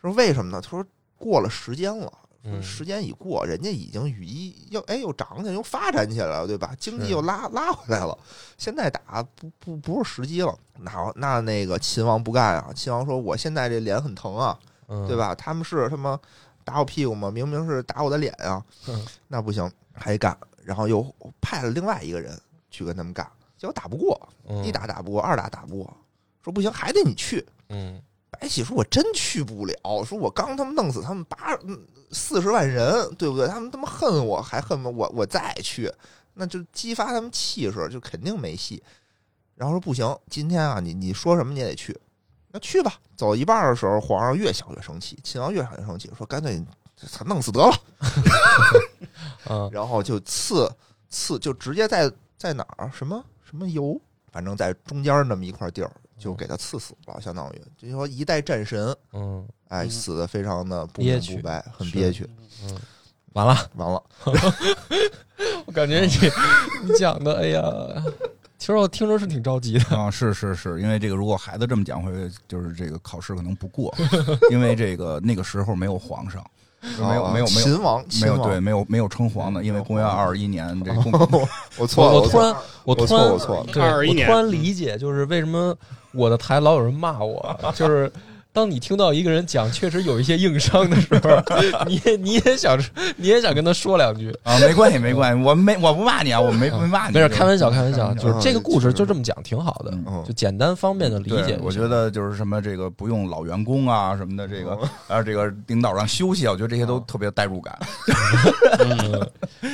说为什么呢？他说过了时间了，说
嗯
时间已过，人家已经羽翼又哎又长起来，又发展起来了，对吧？经济
是
又拉拉回来了，现在打不不不是时机了。那那那个秦王不干啊，秦王说我现在这脸很疼啊，
嗯
对？吧？他们是他妈打我屁股吗？明明是打我的脸啊
嗯！
那不行，还干，然后又派了另外一个人去跟他们干，结果打不过，
嗯
一打打不过，二打打不过，说不行，还得你去。
嗯
白起说：“我真去不了，说我刚他们弄死他们八四十万人，对不对？他们他妈恨我，还恨我，我再去，那就激发他们气势，就肯定没戏。”然后说：“不行，今天啊，你你说什么你也得去，那去吧。”走一半的时候，皇上越想越生气，秦王越想越生气，说：“干脆他弄死得了。”
嗯
然后就刺刺，就直接在在哪儿什么什么油，反正在中间那么一块地儿，就给他刺死了，相当于就说一代战神，
嗯
哎，
嗯
死的非常的不
憋
明
屈
不白，很
是
憋屈。
嗯，完了，
完了，
我感觉你你讲的，哎呀，其实我听着是挺着急 的，
啊、是是是，因为这个，如果孩子这么讲，会就是这个考试可能不 过，因为这个那个时候没有皇上，没有
啊
没有没有
秦王，
没
秦
有
王，
对，没有没有称皇的，因为公元二十一年 这公
我错了，
我突
错
然
了
我
我
突
错
然
了我错了
对
21
我
年
突然理解，就是为什么我的台老有人骂我，就是当你听到一个人讲确实有一些硬伤的时候，你也你也想你也想跟他说两句。
啊，没关系没关系，我没我不骂你啊，我没
啊
没骂你，
没事，开玩笑，开玩笑，就是
嗯
这个故事
就是
就这么讲，挺好的，
嗯
嗯
就简单方便的理
对
解。
我觉，得就是什么这个不用老员工啊什么的，这个啊这个领导让休息啊，我觉得这些都特别有代入感。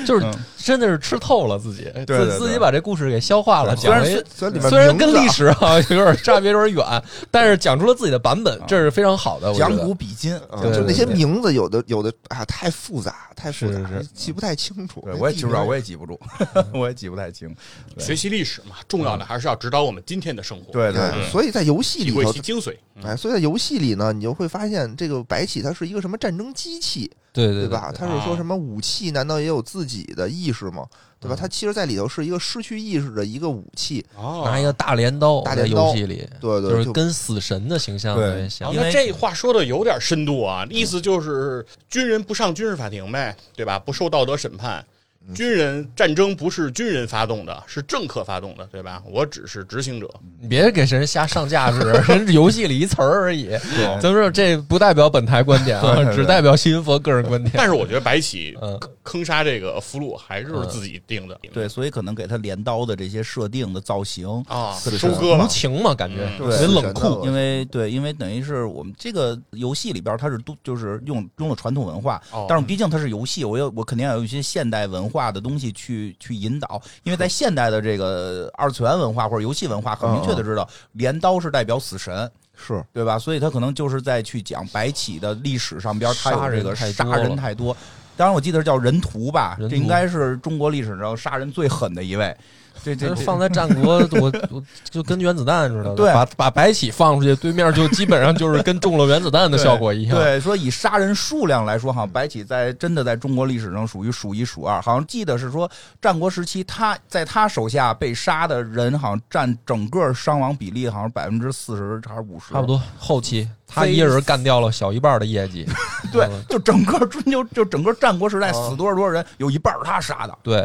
就是真的是吃透了自己，
对对
自自己把这故事给消化了，
虽
讲
然
了一
虽然里面
虽然
名
跟
字啊
历史啊有点差别有点远，但是讲出了自己的版本，这是非常好的。我觉
讲
得
古比今，
嗯
对
就那
对
些
对
名字，有的有的啊，太复杂，太复杂
是是，是
记不太清楚。
对
那
我也
地
记不着，
名
我也记不住， 我也记不太清。对
学习历史嘛，重要的还是要指导我们今天的生活，，
对对，
哎对，所以在游戏
体
里
会
头
其，精髓。嗯
哎，所以在游戏里呢，你就会发现这个白起他是一个什么战争机器，
对对
对吧？他是说
啊
什么武器难道也有自己的意识吗？对吧？
嗯
他其实在里头是一个失去意识的一个武器，
哦
拿一个大镰刀，
大
在
镰刀
游戏里，
对
就
对，
是
就
跟死神的形象
对
特别像
哦。
因为
那这话说的有点深度啊，意思就是军人不上军事法庭呗，对吧？不受道德审判，
嗯
军人战争不是军人发动的，是政客发动的，对吧？我只是执行者，
嗯
你别给人瞎上价值，人是游戏里一词儿而已。
对
咱们说这不代表本台观点
对对
啊，
对
只代表新佛个人观点。
但是我觉得白起
嗯
坑杀这个俘虏还是自己定的，
嗯对，所以可能给他镰刀的这些设定的造型，
啊，
是的
收割
无
了，
情嘛，感觉
嗯
对
特别冷酷。
因为对，因为等于是我们这个游戏里边儿，它是都就是用用了传统文化，
哦
但是毕竟它是游戏，我要我肯定要有一些现代文化的东西去去引导，因为在现代的这个二次元文化或者游戏文化，很明确的知道，镰刀是代表死神。
是
对吧？所以他可能就是在去讲白起的历史上边，他有这个
杀人太多
杀人
了
太多。当然，我记得叫人屠吧，
人
这
屠
应该是中国历史上杀人最狠的一位。这这
就是
这
放在战国，我我就跟原子弹 似的，
对
把把白起放出去，对面就基本上就是跟中了原子弹的
对
效果一样。
对，说以杀人数量来说，好像白起在真的在中国历史上属于数一数二。好像记得是说战国时期他，在他手下被杀的人，好像占整个伤亡比例好像百分之四十还是五十，
差不。多后期他
非
一人干掉了小一半的业绩。
对
嗯，
就整个春秋，就整个战国时代死多少多少人，有一半是他杀的。
对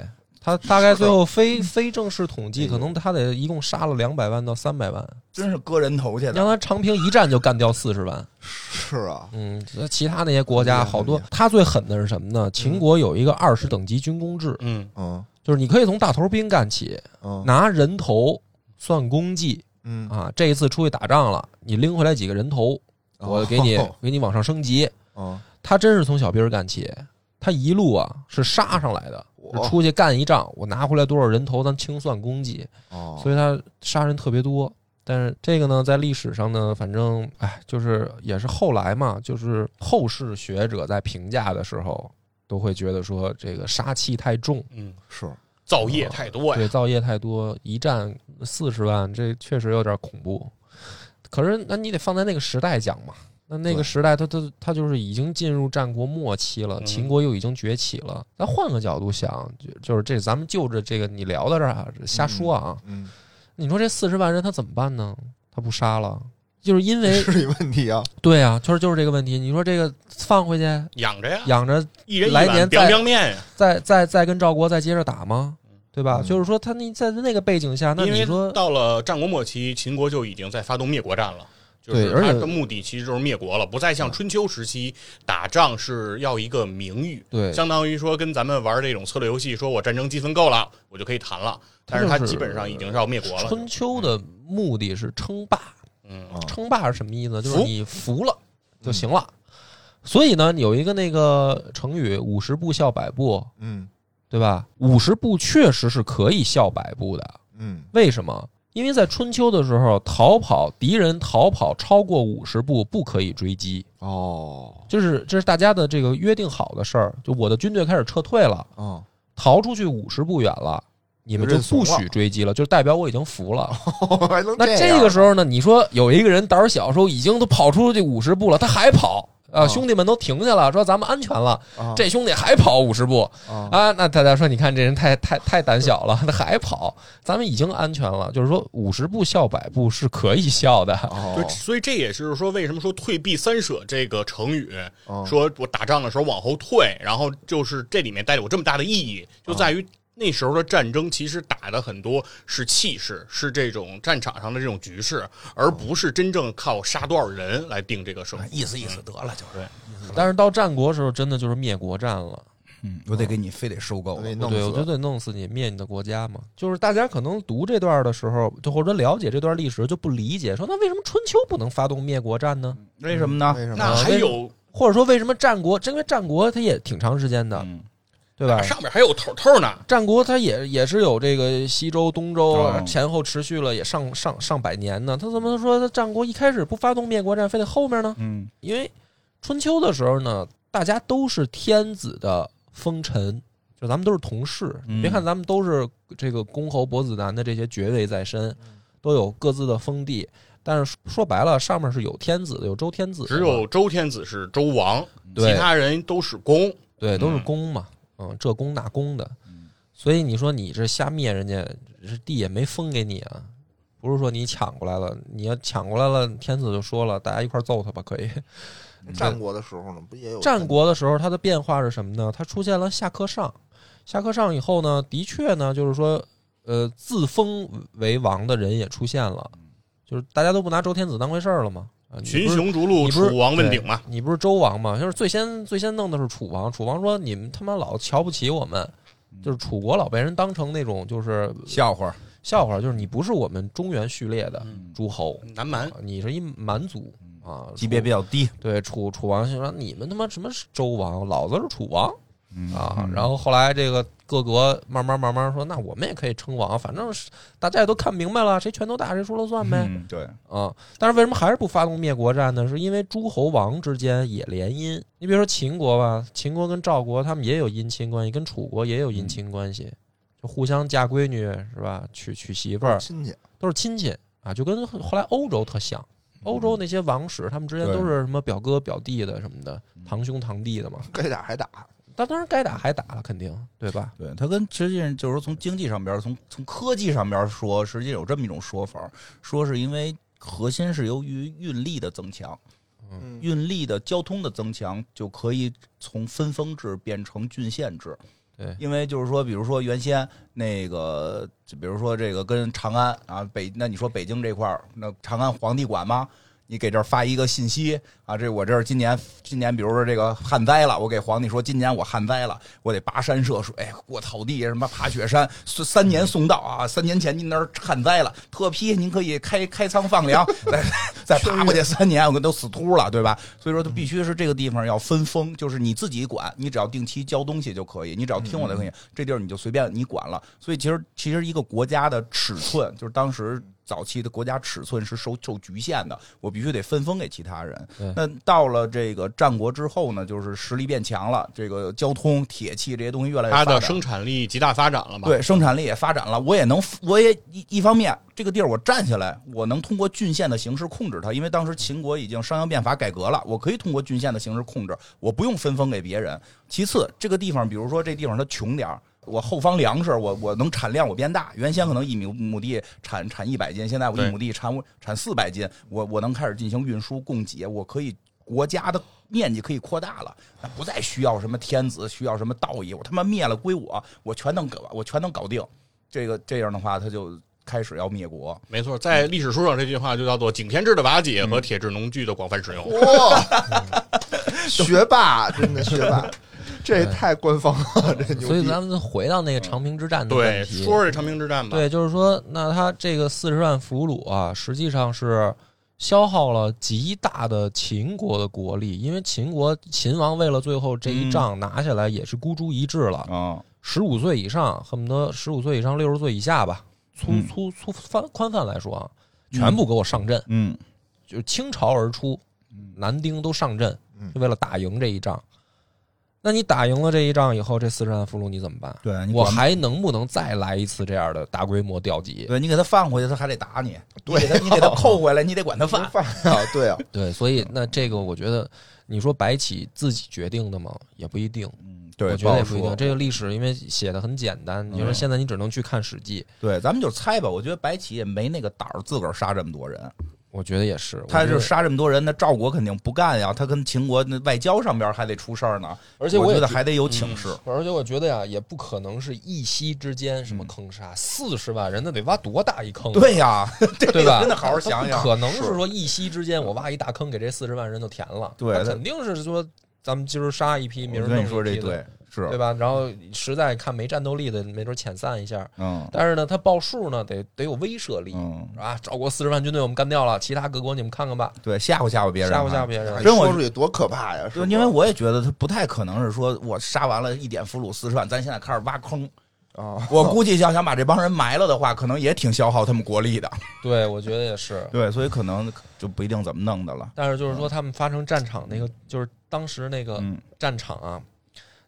他嗯大概最后非非正式统计，可能他得一共杀了两百万到三百万，
真是割人头去
让
的。
他长平一战就干掉四十万。
是啊，
嗯，其他那些国家好多，他最狠的是什么呢？秦国有一个二十等级军功制，
嗯，
嗯
就是你可以从大头兵干起，
嗯
拿人头算功绩
嗯
啊啊。这一次出去打仗了，你拎回来几个人头，我给 你
哦
给你往上升级。
嗯，
他真是从小兵儿干起，他一路啊是杀上来的，
我
是出去干一仗，我拿回来多少人头，咱清算功绩，
哦，
所以他杀人特别多。但是这个呢，在历史上呢，反正哎，就是也是后来嘛，就是后世学者在评价的时候，都会觉得说这个杀气太重，
嗯，
是
造
嗯
业太多呀，
对造业太多，一战四十万，这确实有点恐怖。可是，那你得放在那个时代讲嘛。那那个
对
时代它，它它就是已经进入战国末期了，
嗯
秦国又已经崛起了。咱换个角度想，就就是这，咱们就着这个你聊到这儿啊，瞎说啊。
嗯，
你说这四十万人他怎么办呢？他不杀了，就是因为
是有问题啊，
对啊，就是就是这个问题。你说这个放回去
养着呀，
养着
一人一
来
碗
年
凉
再
凉面呀，
再再再跟赵国再接着打吗？对吧？
嗯
就是说，他那在那个背景下，那
因
你
为
说
到了战国末期，秦国就已经在发动灭国战了。就
对
是
而且嗯
它的目的其实就是灭国了，不再像春秋时期打仗是要一个名誉，
对，
相当于说跟咱们玩这种策略游戏，说我战争积分够了，我就可以谈了。但是
它
它
就是
基本上已经是要灭国了。
春秋的目的是称霸，
嗯，
啊
称霸是什么意思呢？就是
服嗯
你服了就行了。所以呢，有一个那个成语“五十步笑百步
嗯”，
对吧？五十步确实是可以笑百步的，
嗯
为什么？因为在春秋的时候，逃跑敌人逃跑超过五十步不可以追击，
哦
就是这是大家的这个约定好的事儿。就我的军队开始撤退了，
哦，
逃出去五十步远了，你们就
认怂
不
了
许追击了，就是代表我已经服了。
还能
哦那
这
这
样
个时候呢，你说有一个人胆儿小，说已经都跑出去五十步了，他还跑啊，
啊
兄弟们都停下了，说咱们安全了，
啊
这兄弟还跑五十步
啊
啊，那大家说你看这人太太太胆小了，他还跑，咱们已经安全了，就是说五十步笑百步是可以笑的，
对，
哦
所以这也是说为什么说“退避三舍”这个成语，
哦
说我打仗的时候往后退，然后就是这里面带有这么大的意义，就在于那时候的战争其实打的很多是气势，是这种战场上的这种局势，而不是真正靠杀多少人来定这个胜负。
啊
嗯
意思意思得了，就是
嗯
但是到战国时候真的就是灭国战了。
嗯，我得给你非得收购了
我哦给你弄
对，我觉
死，
得弄死你，灭你的国家嘛。就是大家可能读这段的时候，就或者了解这段历史，就不理解，说那为什么春秋不能发动灭国战呢？
为什么呢？
啊为什么
嗯
那还有
或者说为什么战国？因为战国它也挺长时间的，
嗯，
对吧？
上面还有头头呢，
战国它也也是有这个西周、东周、啊
哦
前后持续了也上上上百年呢。他怎么说他战国一开始不发动灭国战，非得后面呢？
嗯，
因为春秋的时候呢，大家都是天子的封臣，就咱们都是同事。
嗯
你别看咱们都是这个公侯伯子男的这些爵位在身，
嗯
都有各自的封地，但是说白了，上面是有天子的，有周天子的嘛，
只有周天子是周王，
嗯对
其他人都是公。
对，都是
嗯
公嘛，嗯，这公那公的
嗯，
所以你说你这瞎灭人家，这地也没分给你啊，不是说你抢过来了，你要抢过来了，天子就说了，大家一块儿揍他吧，可以。嗯
战国的时候呢，不也有
战国的时候，它的变化是什么呢？它出现了下课上，下课上以后呢，的确呢，就是说，呃，自封为王的人也出现了，就是大家都不拿周天子当回事儿了嘛。啊，你
群
不是
雄逐鹿，
你不是
楚王问鼎嘛。
你不是周王吗？就是最先最先弄的是楚王，楚王说你们他妈老瞧不起我们，
嗯
就是楚国老被人当成那种就是
笑话，
笑话，就是你不是我们中原序列的
嗯
诸侯，
南蛮
啊你是一蛮族啊，
级别比
变
较低
对楚楚王就说你们他妈什么是周王，老子是楚王
嗯
啊，然后后来这个各国慢慢慢慢说，那我们也可以称王，反正是大家也都看明白了，谁拳头大谁说了算呗。
嗯，对，
啊、但是为什么还是不发动灭国战呢？是因为诸侯王之间也联姻。你比如说秦国吧，秦国跟赵国他们也有姻亲关系，跟楚国也有姻亲关系，就互相嫁闺女是吧？娶娶媳妇儿
嗯
亲戚
都是亲戚啊，就跟后来欧洲特像。
嗯
欧洲那些王室，他们之间
对
都是什么表哥表弟的什么的，
嗯
堂兄堂弟的嘛。
该打还打，
但当然该打还打了，肯定对吧？
对，它跟实际上就是从经济上边儿，从从科技上边儿说，实际有这么一种说法儿，说是因为核心是由于运力的增强，
嗯
运力的交通的增强，就可以从分封制变成郡县制。
对
因为就是说，比如说原先那个，就比如说这个跟长安啊北，那你说北京这块儿，那长安皇帝管吗？你给这儿发一个信息啊，这我这儿今年今年比如说这个旱灾了，我给皇帝说今年我旱灾了，我得跋山涉水，哎过草地，什么爬雪山，三三年送到啊，三年前您那儿旱灾了，特批您可以开开仓放粮，再再爬过去三年，我都死秃了，对吧？所以说，它必须是这个地方要分封，就是你自己管，你只要定期交东西就可以，你只要听我的可以，这地儿你就随便你管了。所以其实其实一个国家的尺寸，就是当时早期的国家尺寸是受受局限的，我必须得分封给其他人
对。
那到了这个战国之后呢，就是实力变强了，这个交通、铁器这些东西越来越
它
发
的
达。
生产力极大发展了嘛？，
对，生产力也发展了，我也能，我也一一方面，这个地儿我站下来，我能通过郡县的形式控制它，因为当时秦国已经商鞅变法改革了，我可以通过郡县的形式控制，我不用分封给别人。其次，这个地方，比如说这地方它穷点儿。我后方粮食，我我能产量我变大，原先可能一亩亩地产产一百斤，现在我
对
一亩地产产四百斤，我我能开始进行运输供给，我可以国家的面积可以扩大了，那不再需要什么天子，需要什么道义，我他妈灭了归我，我全能搞，我全能搞定。这个这样的话，他就开始要灭国。
没错，在
嗯
历史书上这句话就叫做“井田制的瓦解和铁制农具的广泛使用”
哇，学霸，真的学 霸，这也太官方了，这牛
所以
逼。啊
咱们回到那个长平之战的
嗯对，
问题，
说说这长平之
嗯
战吧。
对，就是说，那他这个四十万俘虏啊，实际上是消耗了极大的秦国的国力，因为秦国秦王为了最后这
嗯
一仗拿下来，也是孤注一掷了。
啊，
十五岁以上，恨不得十五岁以上六十岁以下吧，粗
嗯
粗粗泛宽泛来说啊，全部给我上阵，
嗯
就是倾巢而出，男丁都上阵
嗯，
就为了打赢这一仗。那你打赢了这一仗以后，这四十万俘虏你怎么办？
对你
我
管
还能不能再来一次这样的大规模调集？
对你给他放回去，他还得打你。对，你给他你给
哦
他扣回来，你得管他饭。
饭啊，对啊，
对，所以那这个我觉得，你说白起自己决定的吗？也不一定，
嗯，对，
我觉得也
不
不嗯
好
一
说
定。这个历史因为写的很简单，你说现在你只能去看《史记》，
对，咱们就猜吧。我觉得白起也没那个胆儿自个儿杀这么多人，
我觉得也是。
他
我觉
就
得
是，杀这么多人，那赵国肯定不干呀。他跟秦国那外交上边还得出事儿呢，
而且
我
也
觉得
觉嗯
还得有请示。
而且我觉得呀，也不可能是一夕之间什么坑杀，四十万人那得挖多大一坑啊？
对呀，这个
对吧
真的好好想
不
想。
可能是说一夕之间我挖一大坑给这四十万人就填了，
对
他
他
肯定是说咱们今儿杀一批，明儿
我
弄
跟
一
你说这
批的
对是
对吧？然后实在看没战斗力的，没准遣散一下。
嗯
但是呢，他报数呢得得有威慑力，
嗯，
是吧？赵国四十万军队我们干掉了，其他各国你们看看吧，
对，吓唬吓唬别人，
吓唬吓唬。别人
哎。
真我
说出去多可怕呀！是
就
吧
因为我也觉得他不太可能是说，我杀完了一点俘虏四十万，咱现在开始挖 坑。
啊，
我估计要想把这帮人埋了的话，可能也挺消耗他们国力的。
对，我觉得也是。
对，所以可能就不一定怎么弄的了。
但是就是说，他们发生战场那个，就是当时那个
嗯
战场啊，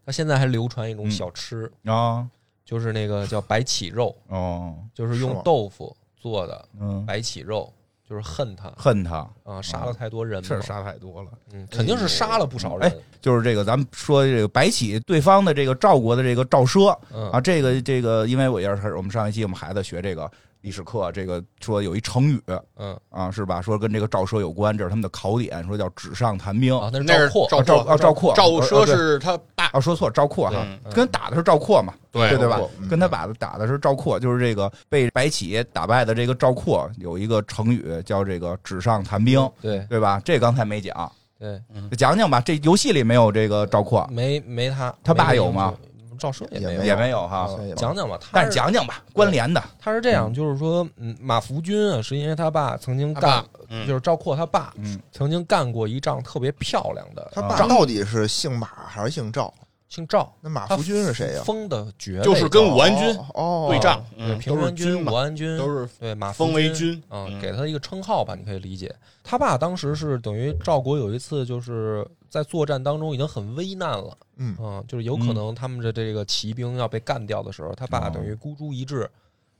他现在还流传一种小吃，
啊
就是那个叫白起肉，
哦
就是
是
用
吗
豆腐做的
嗯，
白起肉，就是恨他
恨他
啊，杀了太多人嘛
是，杀哎太多了。
嗯，肯定是杀了不少人。
就是这个，咱们说这个白起对方的这个赵国的这个赵奢
嗯
啊，这个这个，因为我也是我们上一期我们孩子学这个历史课，这个说有一成语
嗯
啊，是吧？说跟这个赵奢有关，这是他们的考点，说叫纸上谈兵。
啊，那是
那是
赵括，
赵
哦赵啊
括，
赵括
赵
呃
奢
对
是他爸，嗯
啊，说错，赵括哈，
对
跟打的是赵括嘛，对对吧
赵括？嗯
跟他打的打的是赵括，就是这个被白起打败的这个赵括，有一个成语叫这个纸上谈兵，
对
对吧？这刚才没讲，
对，
讲讲吧。这游戏里没有这个赵括，
没没他，
他爸
没
有吗
英雄？赵奢也
也
没
没
也没有哈，
也
嗯
有
讲讲吧，他
但是讲讲吧，关联的，
他是这样，就是说，嗯，马福军啊，是因为他爸曾经
他
干
爸，，嗯
就是赵括他爸
嗯
曾经干过一仗特别漂亮的，
啊他爸
赵
到底是姓马还是姓赵？
姓赵，
那马
他
福军是谁呀？
封的爵位
就是跟武安军
哦哦，
对
赵
仗，
对
嗯，
平
都是
原
军
军、武
嘛，
安军
都是
对马
封为军
啊，
嗯
给他一个称号吧，你可以理解。他爸当时是等于赵国有一次就是在作战当中已经很危难了，
嗯
嗯，就是有可能他们的这个骑兵要被干掉的时候，他爸
哦
等于孤注一掷，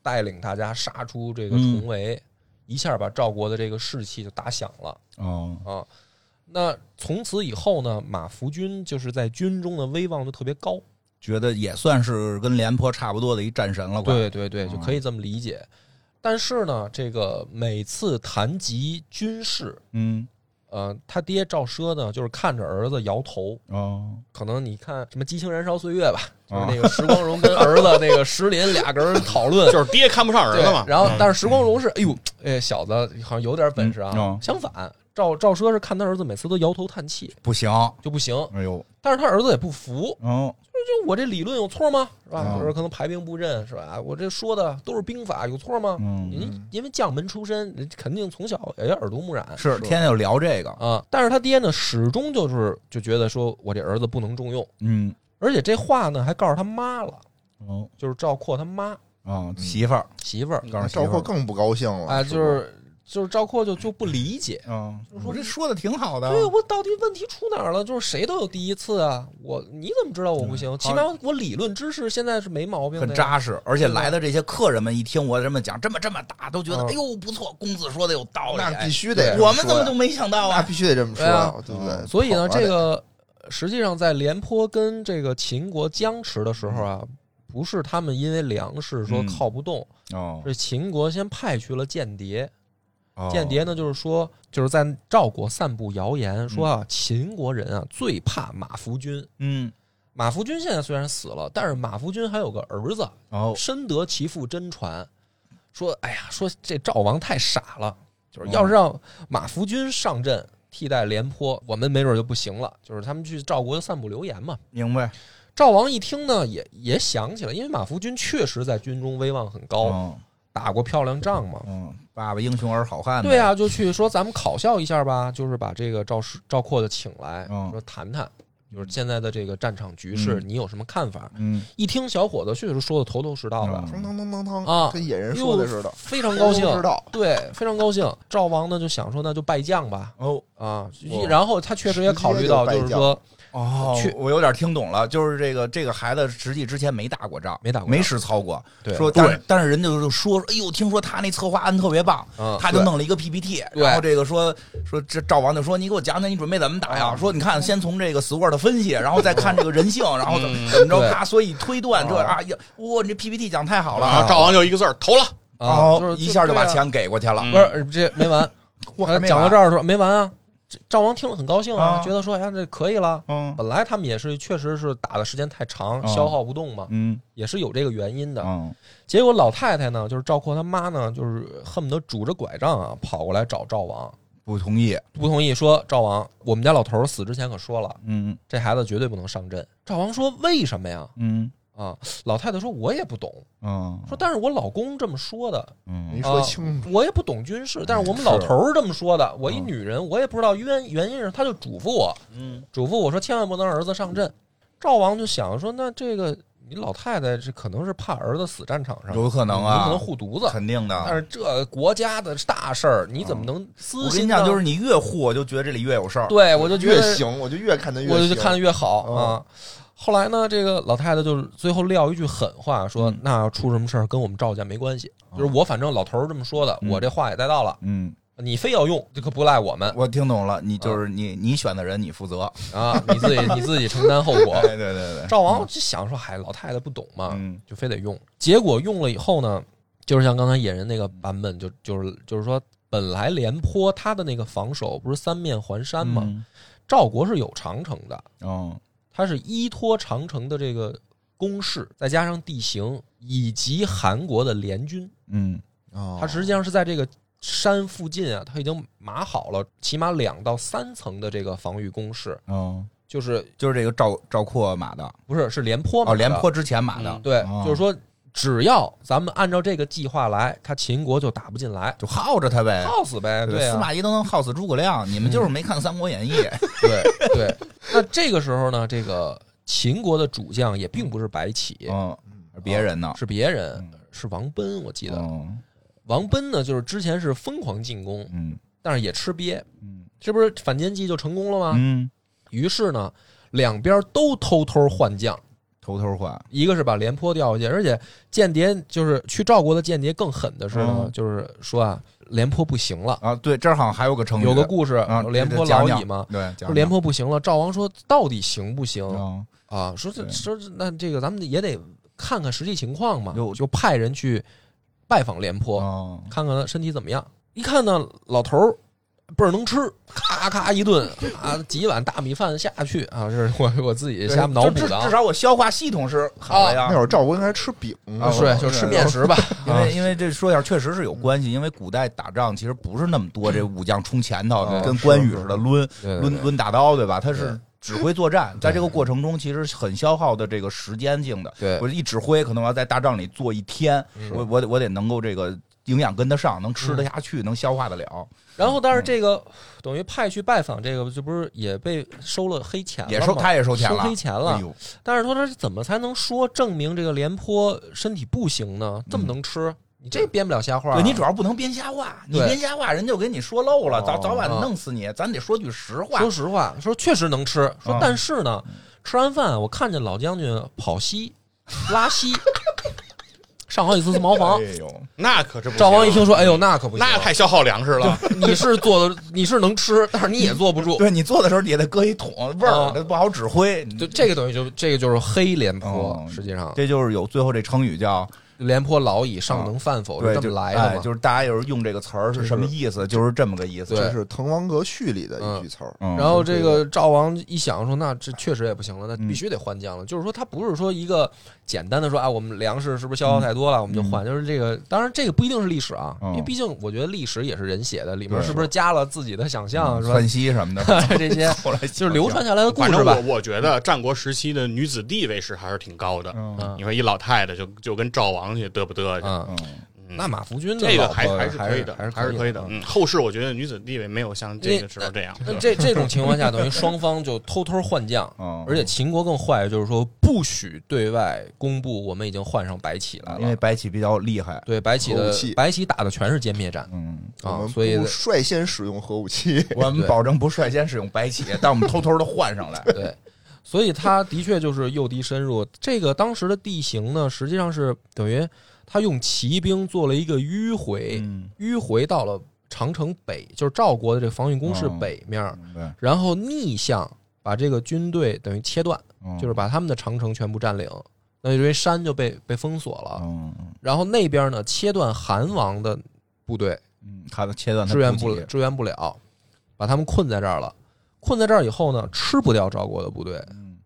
带领大家杀出这个重围，一下把赵国的这个士气就打响了
哦，
啊。那从此以后呢，马福军就是在军中的威望就特别高，
觉得也算是跟廉颇差不多的一战神了，快，
对对对，就
嗯
可以这么理解。但是呢，这个每次谈及军事，
嗯，
呃，他爹赵奢呢，就是看着儿子摇头，
哦，
可能你看什么《激情燃烧岁月》吧，
啊
就是那个石光荣跟儿子那个石林俩个人讨论，
就是爹看不上儿
对
子嘛。
然后，
嗯哦
但是石光荣是，哎呦，哎，小子好像有点本事啊。
嗯嗯
相反，赵赵奢是看他儿子每次都摇头叹气
不行，
就不行，
哎呦，
但是他儿子也不服，
嗯，
就我这理论有错吗？是吧？
啊
嗯
就是可能排兵布阵是吧？我这说的都是兵法，有错吗？
嗯
您因为将门出身，人肯定从小也耳濡目染
是天天就聊这个，
啊。但是他爹呢，始终就是就觉得说我这儿子不能重用，
嗯，
而且这话呢还告诉他妈了，
哦，
就是赵括他妈
啊，媳妇儿，
媳妇儿，
告诉媳妇
啊赵
儿
括更嗯不高兴了
啊，就是是就是赵括就就不理解，
嗯，
就说
我这说的挺好的，
对我到底问题出哪儿了？就是谁都有第一次啊！我你怎么知道我不行？起码我理论知识现在是没毛病的呀，
很扎实，而且
对吧
来的这些客人们一听我这么讲，这么这么大，都觉得
嗯
哎呦不错，公子说的有道
不
理，
那
哎
必须得这说呀，
我们怎么就没想到
那
啊？
必须得这么说
对啊，
对不对？
所以呢，
捧着
这
得
个实际上在廉颇跟这个秦国僵持的时候啊，不是他们因为粮食说
嗯
靠不动，
哦，
是秦国先派去了间谍。
哦
间谍呢，就是说就是在赵国散布谣言，说啊秦国人啊最怕马服军。
嗯，
马服军现在虽然死了，但是马服军还有个儿子，
哦，
深得其父真传，说哎呀，说这赵王太傻了，就是
哦
要是让马服军上阵替代廉颇，我们没准就不行了。就是他们去赵国就散布流言嘛。
明白，
赵王一听呢，也也想起来，因为马服军确实在军中威望很高，
嗯
打过漂亮仗嘛。
嗯，爸爸英雄儿好汉，
对，啊，就去说咱们考校一下吧，就是把这个赵氏赵括的请来，
嗯
说谈谈，就是现在的这个战场局势，
嗯
你有什么看法？
嗯，
一听小伙子确实说的头头是道的，
腾腾腾腾腾
啊
跟野人说的似的，
非常高兴
都，知道
对，非常高兴。赵王呢就想说，那就拜将吧，
哦
啊
哦，
然后他确实也考虑到，就是说
哦
去，
我有点听懂了，就是这个这个孩子实际之前没打过仗，
没打过仗
没实操过，
对
说但是但是人家就说，哎呦，听说他那策划案特别棒，
嗯
他就弄了一个 PPT，
对
然后这个说说这赵王就说你给我讲讲你准备怎么打
哦
呀？说你看先从这个 Sword 分析，然后再看这个人性，然后怎么怎么
嗯对哦
着，他所以推断这啊，呀哇，你这 PPT 讲太好
然后
了，
赵王就一个字儿投了，
啊，
哦
就是
一下就把
对啊
钱给过去了
嗯，
不是这没完，
我还没
呃讲到
完
这儿的时候没完啊。这赵王听了很高兴啊，
啊
觉得说哎呀这可以了。
嗯
本来他们也是确实是打的时间太长，
嗯
消耗不动嘛，
嗯
也是有这个原因的。
嗯
结果老太太呢，就是赵括他妈呢，就是恨不得拄着拐杖啊跑过来找赵王，
不同意，
不同意说赵王，我们家老头儿死之前可说了，
嗯
这孩子绝对不能上阵。赵王说：“为什么呀
嗯
啊？”老太太说：“我也不懂。
嗯
说，但是我老公这么说的，
嗯
没说
啊
清楚，
我也不懂军事，但是我们老头儿这么说的，我一女人，我也不知道原原因是，他就嘱咐我，
嗯
嘱咐我说千万不能儿子上阵。赵王就想说，那这个你老太太这可能是怕儿子死战场上，
有可能啊
有可能护犊子。
肯定的，啊嗯
但是这国家的大事儿，你怎么能私
我跟
心
你
呢？
讲，就是你越护，我就觉得这里越有事儿。
对我就觉
越
得
行我就越看他越
我就
行
看得越好
嗯
啊。后来呢，这个老太太就是最后撂一句狠话，说：“
嗯
那出什么事儿跟我们赵家没关系，
哦
就是我反正老头儿这么说的，
嗯
我这话也带到了，
嗯，
你非要用，这可不赖我们
我听懂了，你就是
嗯
你，你选的人你负 责。
啊，你自己你自己承担后果。
对对 对”对，
赵王就想说：“哎嗨，老太太不懂嘛，
嗯
就非得用。”结果用了以后呢，就是像刚才野人那个版本，就就是就是说，本来廉颇他的那个防守不是三面环山嘛，
嗯
赵国是有长城的，
哦，
它是依托长城的这个攻势，再加上地形以及韩国的联军，
嗯
哦
它实际上是在这个山附近啊，它已经码好了起码两到三层的这个防御工事，
哦，
就是
就是这个赵赵括码的，
不是是廉颇嘛？
哦，廉颇之前码的
嗯，
对，
哦
就是说只要咱们按照这个计划来，他秦国就打不进来，
就耗着他呗。
耗死呗，对
哎司
啊，嗯
马懿都能耗死诸葛亮，你们就是没看《三国演义》。
对对。那这个时候呢，这个秦国的主将 也并不是白起，
嗯，别人呢？
是别人
嗯，
是王贲，我记得。
嗯
王贲呢，就是之前是疯狂进攻，
嗯
但是也吃瘪，
嗯
这不是反间计就成功了吗？
嗯，
于是呢，两边都偷偷换将，
偷偷换。
一个是把廉颇调下去，而且间谍就是去赵国的间谍更狠的是呢，
嗯
就是说啊，廉颇不行了，
啊，对，这儿好像还有个成语，
有个故事
啊，，
廉颇老矣嘛。
对，讲
说
讲
廉颇不行了，赵王说到底行不行
嗯
啊？说这
对
说这那这个咱们也得看看实际情况嘛，
有
就派人去拜访廉颇，
哦
看看他身体怎么样。一看呢，老头儿倍儿能吃，咔咔一顿啊，几碗大米饭下去啊，这是我我自己瞎脑
就
补
至
的啊
至。少我消化系统是好的呀。
那会儿赵国应该吃饼，
啊
是
对
就吃面食吧，
因
啊
为因为这说点确实是有关系，因为古代打仗其实不是那么多这武将冲前
哦
头
对
跟关羽似的抡
对对
抡抡大刀，对吧？他是
对
指挥作战，在这个过程中其实很消耗的这个时间性的。
对
我一指挥，可能我要在大仗里坐一天，我我得我得能够这个营养跟得上，能吃
嗯
得下去，能消化得了，
然后，但是这个等于派去拜访这个，这不是也被收了黑钱了
也收
吗
他也收钱了，
收黑钱了
哎呦
但是说他是怎么才能说证明这个廉颇身体不行呢？这么能吃，你这编不了瞎话啊、
嗯对你主要不能编瞎话，你
对
编瞎话，人就给你说漏了，早
哦
早晚
啊
弄死你。咱得说句实话，
说实话，说确实能吃，说
啊
但是呢，吃完饭我看见老将军跑 稀、拉稀，上好几次次茅房。
哎呦，
那可是不行
赵王一听说，哎呦，那可不行，
那太消耗粮食 了。
你是做的，你是能吃，但是你也坐不住。
对你做的时候也得搁一桶味儿
啊，
它不好指挥。
就这个东西就，这个就是黑廉颇
哦，
实际上
这就是有最后这成语叫
廉颇老矣，尚能饭否？
对，
哦这么来
就
的
哎，
嘛？
就是大家有时候用这个词儿是什么意思，就是这么个意思。
对
这是《滕王阁序》里的一句词儿。
嗯
然后这个赵王一想说，那这确实也不行了，那
嗯
必须得换将了。就是说，他不是说一个简单的说啊，我们粮食是不是消耗太多了，我们就换。就是这个，当然这个不一定是历史啊，
嗯
因为毕竟我觉得历史也是人写的，里面
对
是不是加了自己的想象，
嗯
是吧
窜？息什么的，
这些
后来
啊 就是流传下来的故
反
事
正
吧
我。我觉得战国时期的女子地位是还是挺高的。
嗯
嗯
你说一老太太就就跟赵王去嘚不嘚去，
嗯，
嗯，
嗯
那马福君的
这个
老婆
还
还
是可以的，
还是
还是可以的
嗯。
嗯，后世我觉得女子地位没有像这
那
个时候这样。嗯
那这这种情况下，等于双方就偷偷换将，
嗯
而且秦国更坏，就是说不许对外公布我们已经换上白起来
因为
了。
白起比较厉害，
对白起
核武
的
器
白起打的全是歼灭战
嗯。
我
啊
们，
所以嗯
不率先使用核武器，
我们保证不率先使用白起，但我们偷偷的换上来。
对，所以他的确就是诱敌深入。这个当时的地形呢，实际上是等于他用骑兵做了一个迂回，
嗯，
迂回到了长城北，就是赵国的这个防御工事
哦
北面，
对，
然后逆向把这个军队等于切断，
嗯
就是把他们的长城全部占领。那因为山就被被封锁了，
嗯嗯
然后那边呢切断韩王的部队，
嗯，他的切断他
支援
补
不
给
了，支援不了，把他们困在这儿了。困在这儿以后呢，吃不掉赵国的部队，
嗯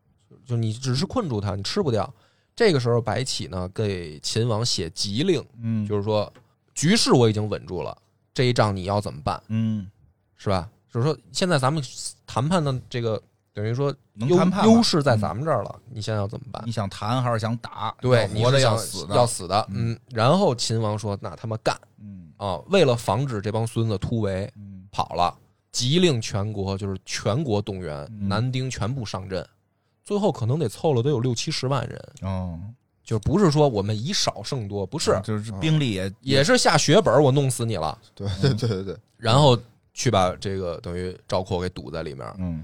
就你只是困住他，你吃不掉。这个时候，白起呢给秦王写急令，
嗯，
就是说局势我已经稳住了，这一仗你要怎么办，
嗯，
是吧？就是说现在咱们谈判的这个等于说
能
优
谈判吧
优势在咱们这儿了，你现在要怎么办
你？想谈还是想打？
对，
要活的
你是想
要死的
要死的，嗯。然后秦王说：“那他妈干
嗯
啊！”为了防止这帮孙子突围
嗯
跑了，急令全国就是全国动员，
嗯
男丁全部上阵，最后可能得凑了得有六七十万人。
哦，
就不是说我们以少胜多，不是，哦
就是兵力也
也是下血本儿我弄死你了，
对对对对对，
然后去把这个等于赵括给堵在里面。
嗯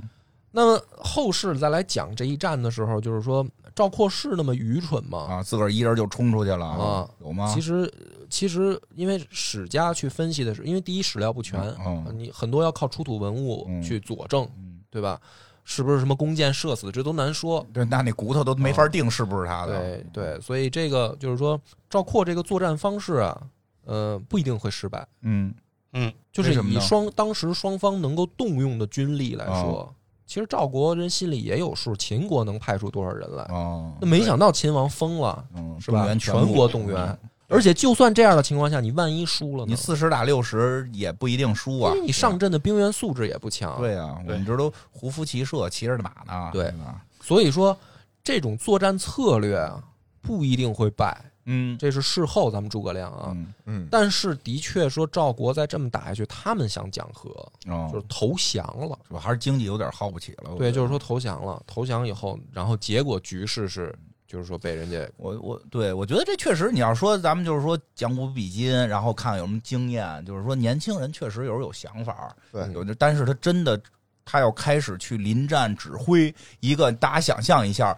那么后世再来讲这一战的时候，就是说赵括是那么愚蠢吗？
啊，自个儿一人就冲出去了
啊，
有吗？
其实，其实因为史家去分析的是，因为第一史料不全，
嗯嗯
你很多要靠出土文物
嗯
去佐证，
嗯
对吧？是不是什么弓箭射死，这都难说。啊
对，那那骨头都没法定是不是他的。
哦对对，所以这个就是说赵括这个作战方式啊，呃，不一定会失败。
嗯，
嗯，
就是
为什么
以
呢
双当时双方能够动用的军力来说，
哦
其实赵国人心里也有数，秦国能派出多少人来？
哦
那，没想到秦王疯了，
嗯，
是吧
动？员
全
部嗯
国动员，，而且就算这样的情况下，你万一输了呢
你？四十打六十也不一定输
因
啊
为。你上阵的兵员素质也不强，，
对啊，我
对
们这都胡服骑射，骑着马呢，
对
吧？
所以说这种作战策略啊，不一定会败，
嗯
这是事后咱们诸葛亮啊。
嗯
嗯，
但是的确说赵国再这么打下去，他们想讲和，就
哦
是，投降了。
是吧？还是经济有点耗不起了。我
对，
觉得
就是说投降了，投降以后，然后结果局势是，就是说被人家
我我对我觉得这确实，你要说咱们就是说讲古比今，然后看有什么经验，就是说年轻人确实有时候有想法儿，
对
有的，但是他真的他要开始去临战指挥一个，大家想象一下。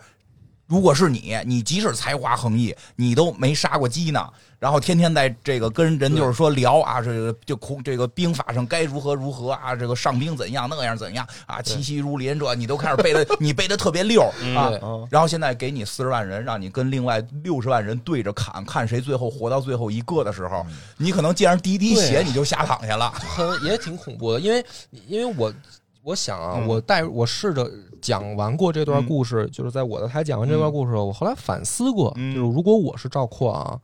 如果是你，你即使才华横溢，你都没杀过鸡呢，然后天天在这个跟人就是说聊啊，这个就空这个兵法上该如何如何啊，这个上兵怎样那样怎样啊，其息如林这你都开始背的，你背的特别溜啊。
对
啊，
然后现在给你四十万人，让你跟另外六十万人对着砍，看谁最后活到最后一个的时候，你可能见上第一滴
对
血
啊
你就吓躺下了。
很也挺恐怖的，因为因为我我想啊，
嗯
我带我试着讲完过这段故事，就是在我的台讲完这段故事后，我后来反思过，
嗯
就是如果我是赵括啊，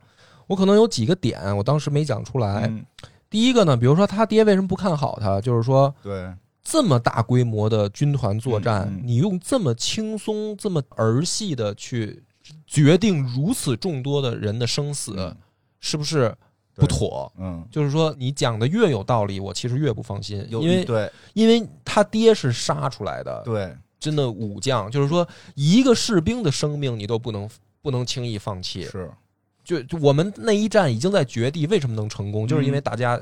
我可能有几个点我当时没讲出来。
嗯，
第一个呢，比如说他爹为什么不看好他，就是说
对，
这么大规模的军团作战，
嗯嗯
你用这么轻松、这么儿戏的去决定如此众多的人的生死，
嗯
是不是不
对
妥？
嗯，
就是说，你讲的越有道理，我其实越不放心，
有
因为
对
因为他爹是杀出来的，
对，
真的武将，就是说一个士兵的生命你都不能不能轻易放弃。
是，
就就我们那一战已经在绝地，为什么能成功？就是因为大家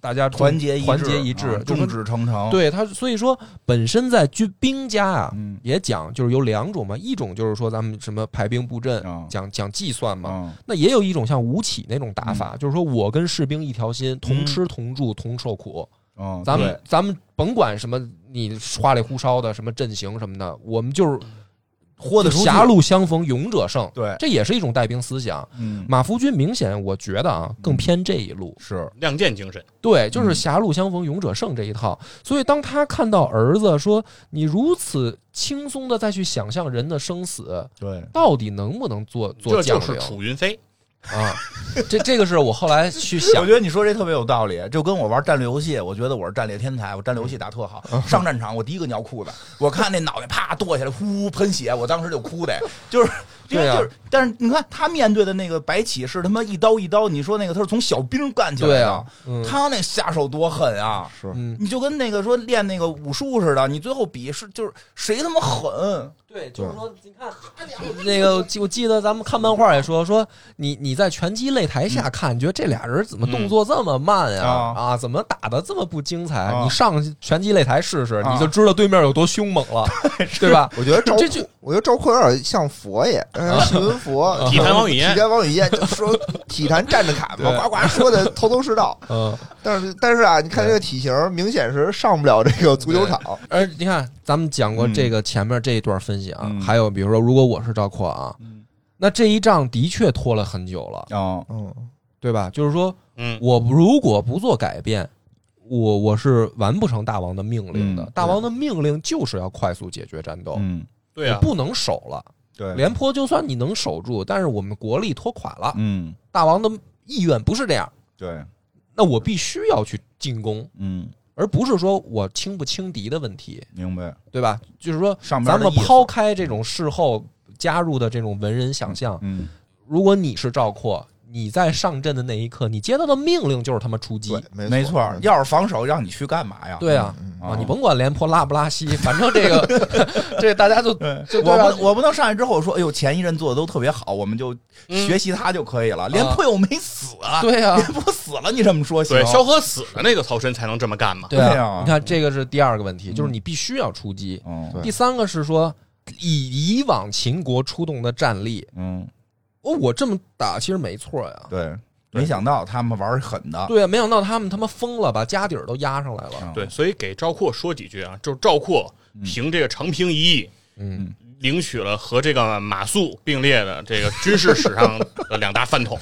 大家
嗯团结一致
团结一致
啊，
就是
众志成城。，
对他，所以说本身在军兵家啊。
嗯
也讲就是有两种嘛，一种就是说咱们什么排兵布阵，
啊
讲讲计算嘛，
嗯
那也有一种像吴起那种打法，就是说我跟士兵一条心，同
嗯
吃同住同受苦。
嗯，
咱
对
们咱们甭管什么你花里胡哨的什么阵型什么的，我们就是
嗯豁得出去
狭路相逢勇者胜，
对，
这也是一种带兵思想。
嗯，
马福军明显我觉得啊更偏这一路，
是，
亮剑精神，
对，就是
嗯
狭路相逢勇者胜这一套。所以当他看到儿子说你如此轻松的再去想象人的生死，
对，
到底能不能做做
这
将
就是
领？
楚云飞。
啊，这这个是我后 来去
我
想
觉得你说这特别有道理，就跟我玩战略游戏，我觉得我是战略天才，我战略游戏打特好。
嗯
上战场我第一个尿裤子，我看那脑袋啪剁下来，呼喷血，我当时就哭的， 就是。因为
对啊
就是，但是你看他面对的那个白起是他妈一刀一刀，你说那个他是从小兵干起来
对
的，
啊，嗯
他那下手多狠啊！
是
嗯，
你就跟那个说练那个武术似的，你最后比是就是谁他妈狠，
对，就是说，你看那个，我记我记得咱们看漫画也说说你你在拳击擂台下看，你觉得这俩人怎么动作这么慢呀？
嗯啊
啊，怎么打的这么不精彩？
啊
你上拳击擂台试试，
啊
你就知道对面有多凶猛 了，对吧？
我觉得赵
这就
我觉得赵括有点像佛爷，神佛，
体坛王语嫣
体坛王语嫣就说体坛站着砍嘛，
对
呱呱说的头头是道。
嗯，
但是但是啊，你看这个体型，明显是上不了这个足球场。
而你看，咱们讲过这个前面这一段分析啊，
嗯
还有比如说，如果我是赵括啊，那这一仗的确拖了很久了，
哦，
嗯，
对吧？就是说，
嗯，
我如果不做改变，我我是完不成大王的命令的。
嗯
大王的命令就是要快速解决战斗，
嗯，
对啊
我，不能守了。
对，
廉颇就算你能守住，但是我们国力拖垮了。
嗯，
大王的意愿不是这样，
对，
那我必须要去进攻，
嗯，
而不是说我轻不轻敌的问题，
明白。
对吧？就是说，
上边
咱
的
们
意思
抛开这种事后加入的这种文人想象，
嗯，
如果你是赵括，你在上阵的那一刻，你接到的命令就是他妈出击
对。，没
没错，要是防守，让你去干嘛呀？
对啊，
嗯
啊
啊，你甭管廉颇拉不拉稀，反正这个 这大家就就对
我
啊
不，我不能上去之后说，哎呦，前一任做的都特别好，我们就
嗯
学习他就可以了。廉颇又没死啊，
对啊
廉，颇死了，你这么说行？
对，萧何死了，那个曹参才能这么干嘛？
对
对啊
你看这个是第二个问题，就是你必须要出击。
嗯
对
第三个是说，以以往秦国出动的战力，
嗯，
哦，我这么打其实没错呀。
对，没想到他们玩狠的，
对啊，没想到他们他妈疯了，把家底儿都压上来了。
对，所以给赵括说几句啊，就是赵括凭这个长平一役，
嗯，
领取了和这个马谡并列的这个军事史上的两大饭 桶。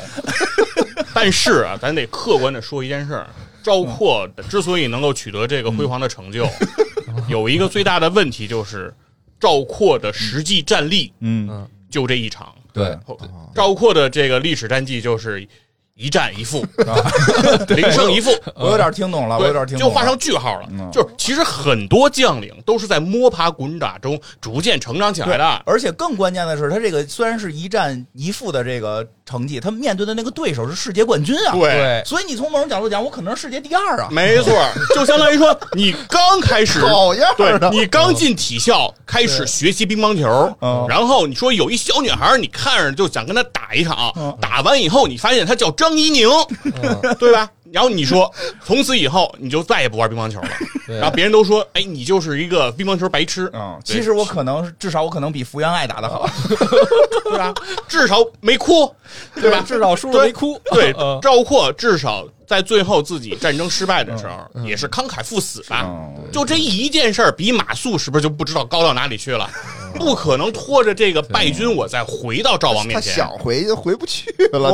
但是啊，咱得客观的说一件事儿，赵括之所以能够取得这个辉煌的 成就，有一个最大的问题就是赵括的实际战力
嗯，
嗯，
就这一场。
对，
赵括的这个历史战绩就是一战一负，
啊
零胜一负。
我有点听懂啊了，我有点听懂
呃对，就
了，
画上句号了。
嗯
就是其实很多将领都是在摸爬滚打中逐渐成长起来的。
而且更关键的是，他这个虽然是一战一负的这个成绩，他面对的那个对手是世界冠军啊，
对
对
所以你从某种角度讲，我可能是世界第二啊，
没 错，就相当于说你刚开始，
好样
对
儿的，
你刚进体校，开始学习乒乓
嗯
球，然后你说有一小女孩儿，你看着就想跟她打一场
嗯，
打完以后你发现她叫张怡宁，
嗯
对吧？然后你说从此以后你就再也不玩乒乓球了，
对
然后别人都说，哎，你就是一个乒乓球白痴，
嗯，
对啊
其实我可能至少我可能比福原爱打得好，
对吧？至少没哭，对吧？
至少叔叔没哭。
对
呃，
赵括至少在最后自己战争失败的时候，也是慷慨赴死吧
嗯。
就这一件事儿，比马谡是不是就不知道高到哪里去了？不可能拖着这个败军，我再回到赵王面
他
前
想。回就回不去了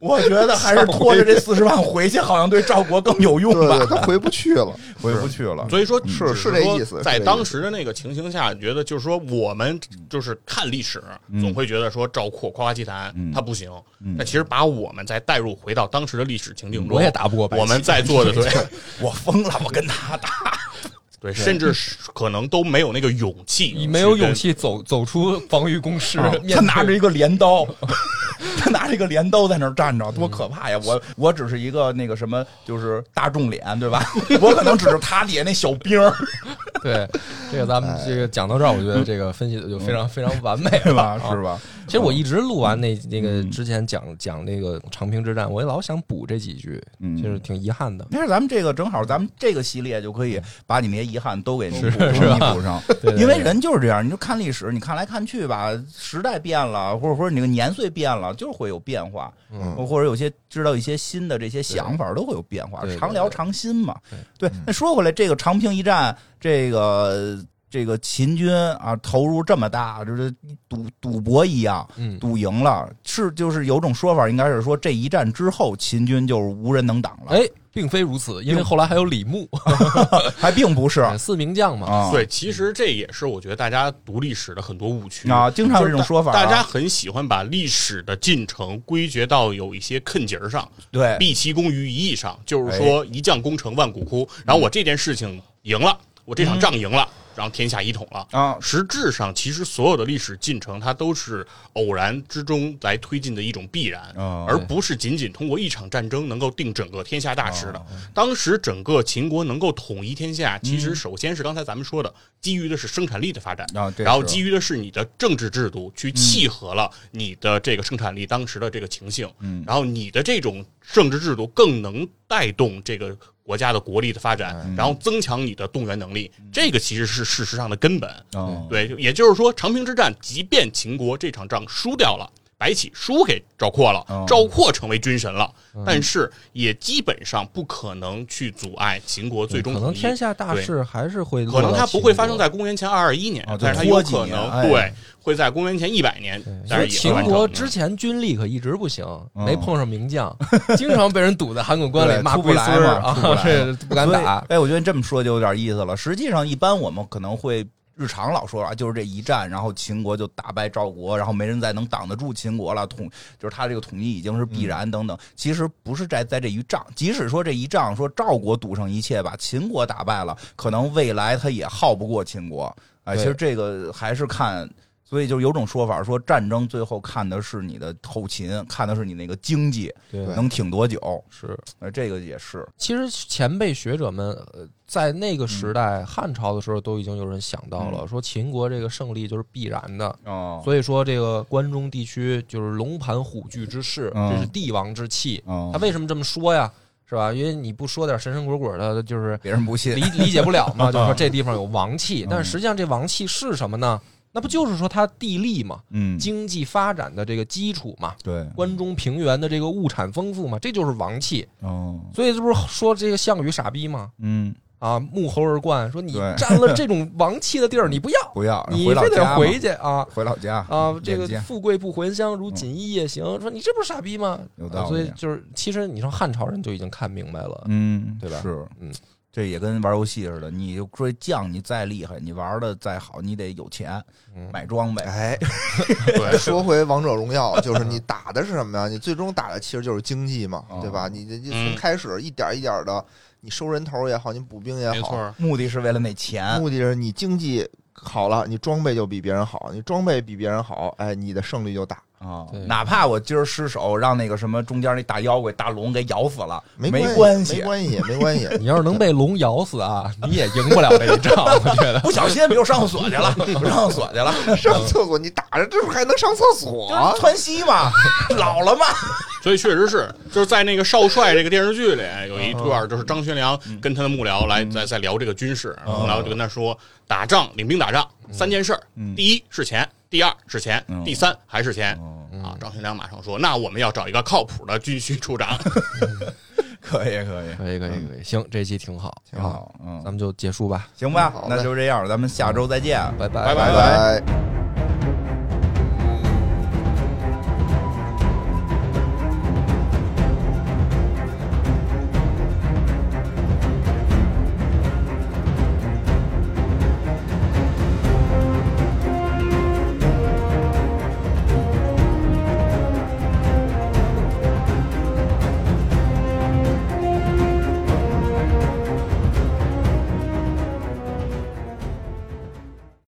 我，我觉得还是拖着这四十万回去，好像对赵国更有用
对对，
吧？
他回不去了。
回不去了，
所以说，
是是
只是
这
说
意思是
在
这意
当
思
时的那个情形下，觉得就是说，我们就是看历史，总会觉得说赵括夸夸其谈，他不行。但其实把我们再带入回到当时的历史情境中，
我也打不过白起
我们在座的对。
我疯了，我跟他打，
对，甚至是可能都没有那个勇气，
你没有勇气走走出防御工事，面
啊他
对
拿着一个镰刀， 他拿着一个镰刀在那儿站着，多可怕呀！我我只是一个那个什么，就是大众脸，对吧？ 我可能只是他底下那小兵儿，
对这个咱们这个讲到这儿，我觉得这个分析的就非常非常完美
对
了
吧？
啊
是吧？嗯
其实我一直录完那那个之前讲讲那个长平之战，我也老想补这几句，
嗯
其实挺遗 憾的。
没事，咱们这个正好，咱们这个系列就可以把你那些遗憾都给弥补
是是吧
上，弥补上。
对对
因为人就是这样，你就看历史，你看来看去吧，时代变了，或者说你那个年岁变了，就是会有变化，
嗯
或者有些知道一些新的这些想法，都会有变化
对嗯对，
常聊常新嘛。对，那说回来，这个长平一战，这个这个秦军啊投入这么大，就是赌赌博一样，
嗯，
赌赢了，是就是有种说法，应该是说这一战之后，秦军就是无人能挡了。
哎，并非如此，因为后来还有李牧，
还并不是
四名将嘛。
啊，
对，其实这也是我觉得大家读历史的很多误区
啊，经常有这种说法啊，
大家很喜欢把历史的进程归结到有一些坑节儿上，
对
毕其功于一役上，就是说
哎
一将功成万骨枯。然后我这件事情赢了，我这
嗯
场仗赢了，然后天下一统了。
啊，
实质上，其实所有的历史进程，它都是偶然之中来推进的一种必然，
哦
而不是仅仅通过一场战争能够定整个天下大
哦
势的。当时整个秦国能够统一天下，其实首先是刚才咱们说的，基于的是生产力的发展，
嗯啊这
然后
是嗯
基于的是你的政治制度去契合了你的这个生产力当时的这个情形，
嗯
然后你的这种政治制度更能带动这个。国家的国力的发展，
嗯
然后增强你的动员能力，这个其实是事实上的根本。
哦
对，也就是说，长平之战，即便秦国这场仗输掉了，白起输给赵括了
哦，
赵括成为军神了，
嗯
但是也基本上不可能去阻碍秦国最终
嗯可
统
能
一。
天下大事还是会落到
可
秦
能
国，
它不会发生在公元前二二一年
哦，就
但是它
拖
有
几
可
年
能
哎
对会在公元前一百年，但是
对。嗯
也
秦
会完成
国
的
之前军力可一直不行，
嗯
没碰上名将，经常被人堵在函谷关里
对
骂
出不
龟
来
孙儿
嘛出不
啊，
来
这不敢
所以
打。
哎，我觉得这么说就有点意思了。实际上，一般我们可能会日常老说啊，就是这一战，然后秦国就打败赵国，然后没人再能挡得住秦国了，统就是他这个统一已经是
嗯
必然等等。其实不是在在这一仗，即使说这一仗说赵国赌上一切把秦国打败了，可能未来他也耗不过秦国。哎，
对
其实这个还是看。所以就有种说法说，战争最后看的是你的后勤，看的是你那个经济
对
能挺多久。
是，
呃，这个也是，
其实前辈学者们呃在那个
嗯
时代汉朝的时候都已经有人想到了，说秦国这个胜利就是必然的，
哦，
所以说，这个关中地区就是龙盘虎踞之势，
嗯
这是帝王之气。
哦
他为什么这么说呀？是吧？因为你不说点神神鬼鬼的，就是
别人不信
理理解不了 嘛。就是说这地方有王
嗯
气，但实际上这王气是什么呢？那不就是说它地利嘛，
嗯，
经济发展的这个基础嘛，
对，
关中平原的这个物产丰富嘛，这就是王气。
哦，
所以这不是说这个项羽傻逼吗？
嗯，
啊，沐猴而冠，说你
对
占了这种王气的地儿，你不 要，
不要，
你
回老
非
家
得
嘛
回去啊。
回老家
啊，这个
眼见嗯
富贵不还乡，如锦衣夜行。说你这不是傻逼吗？
有
啊
道理
所以就是，其实你说汉朝人就已经看明白了，
嗯，
对吧
是，
嗯，
这也跟玩游戏似的，你就说将你再厉害，你玩的再好，你得有钱
嗯
买装备，
哎，
对
说回王者荣 耀，就是你打的是什么呀？你最终打的其实就是经济嘛
哦，
对吧？你你
嗯
从开始一点一点的，你收人头也好，你补兵也
没
好，
错，
目的是为了那钱，
目的是你经济好了，你装备就比别人好，你装备比别人好，哎，你的胜率就大。
啊
对，
哪怕我今儿失手让那个什么中间那大妖怪大龙给咬死了，没
没
关
系，没
系，
关系，没关 系。
你要是能被龙咬死啊，你也赢不了这一 仗，我觉得。
不小心比如上厕所去了，我上厕所去了，
上厕所你打着这还能上厕所？
啊
啊
就是窜稀嘛，老了嘛，
所以确实是，就是在那个《少帅》这个电视剧里，有
嗯
一段就是张学良跟他的幕僚来在在聊这个军事，
嗯
幕僚就跟他说，打仗领兵打仗三件事儿，
嗯
嗯
第一是钱，第二是钱，第三还是钱。啊，张学良马上说，那我们要找一个靠谱的军需处长。
可以可以，
可以可以可以，行，这期挺好，
嗯挺好，
啊咱
嗯，
们就结束吧，
行吧
哦好，嘞
那就这样，咱们下周再见，啊
拜拜
拜
拜拜。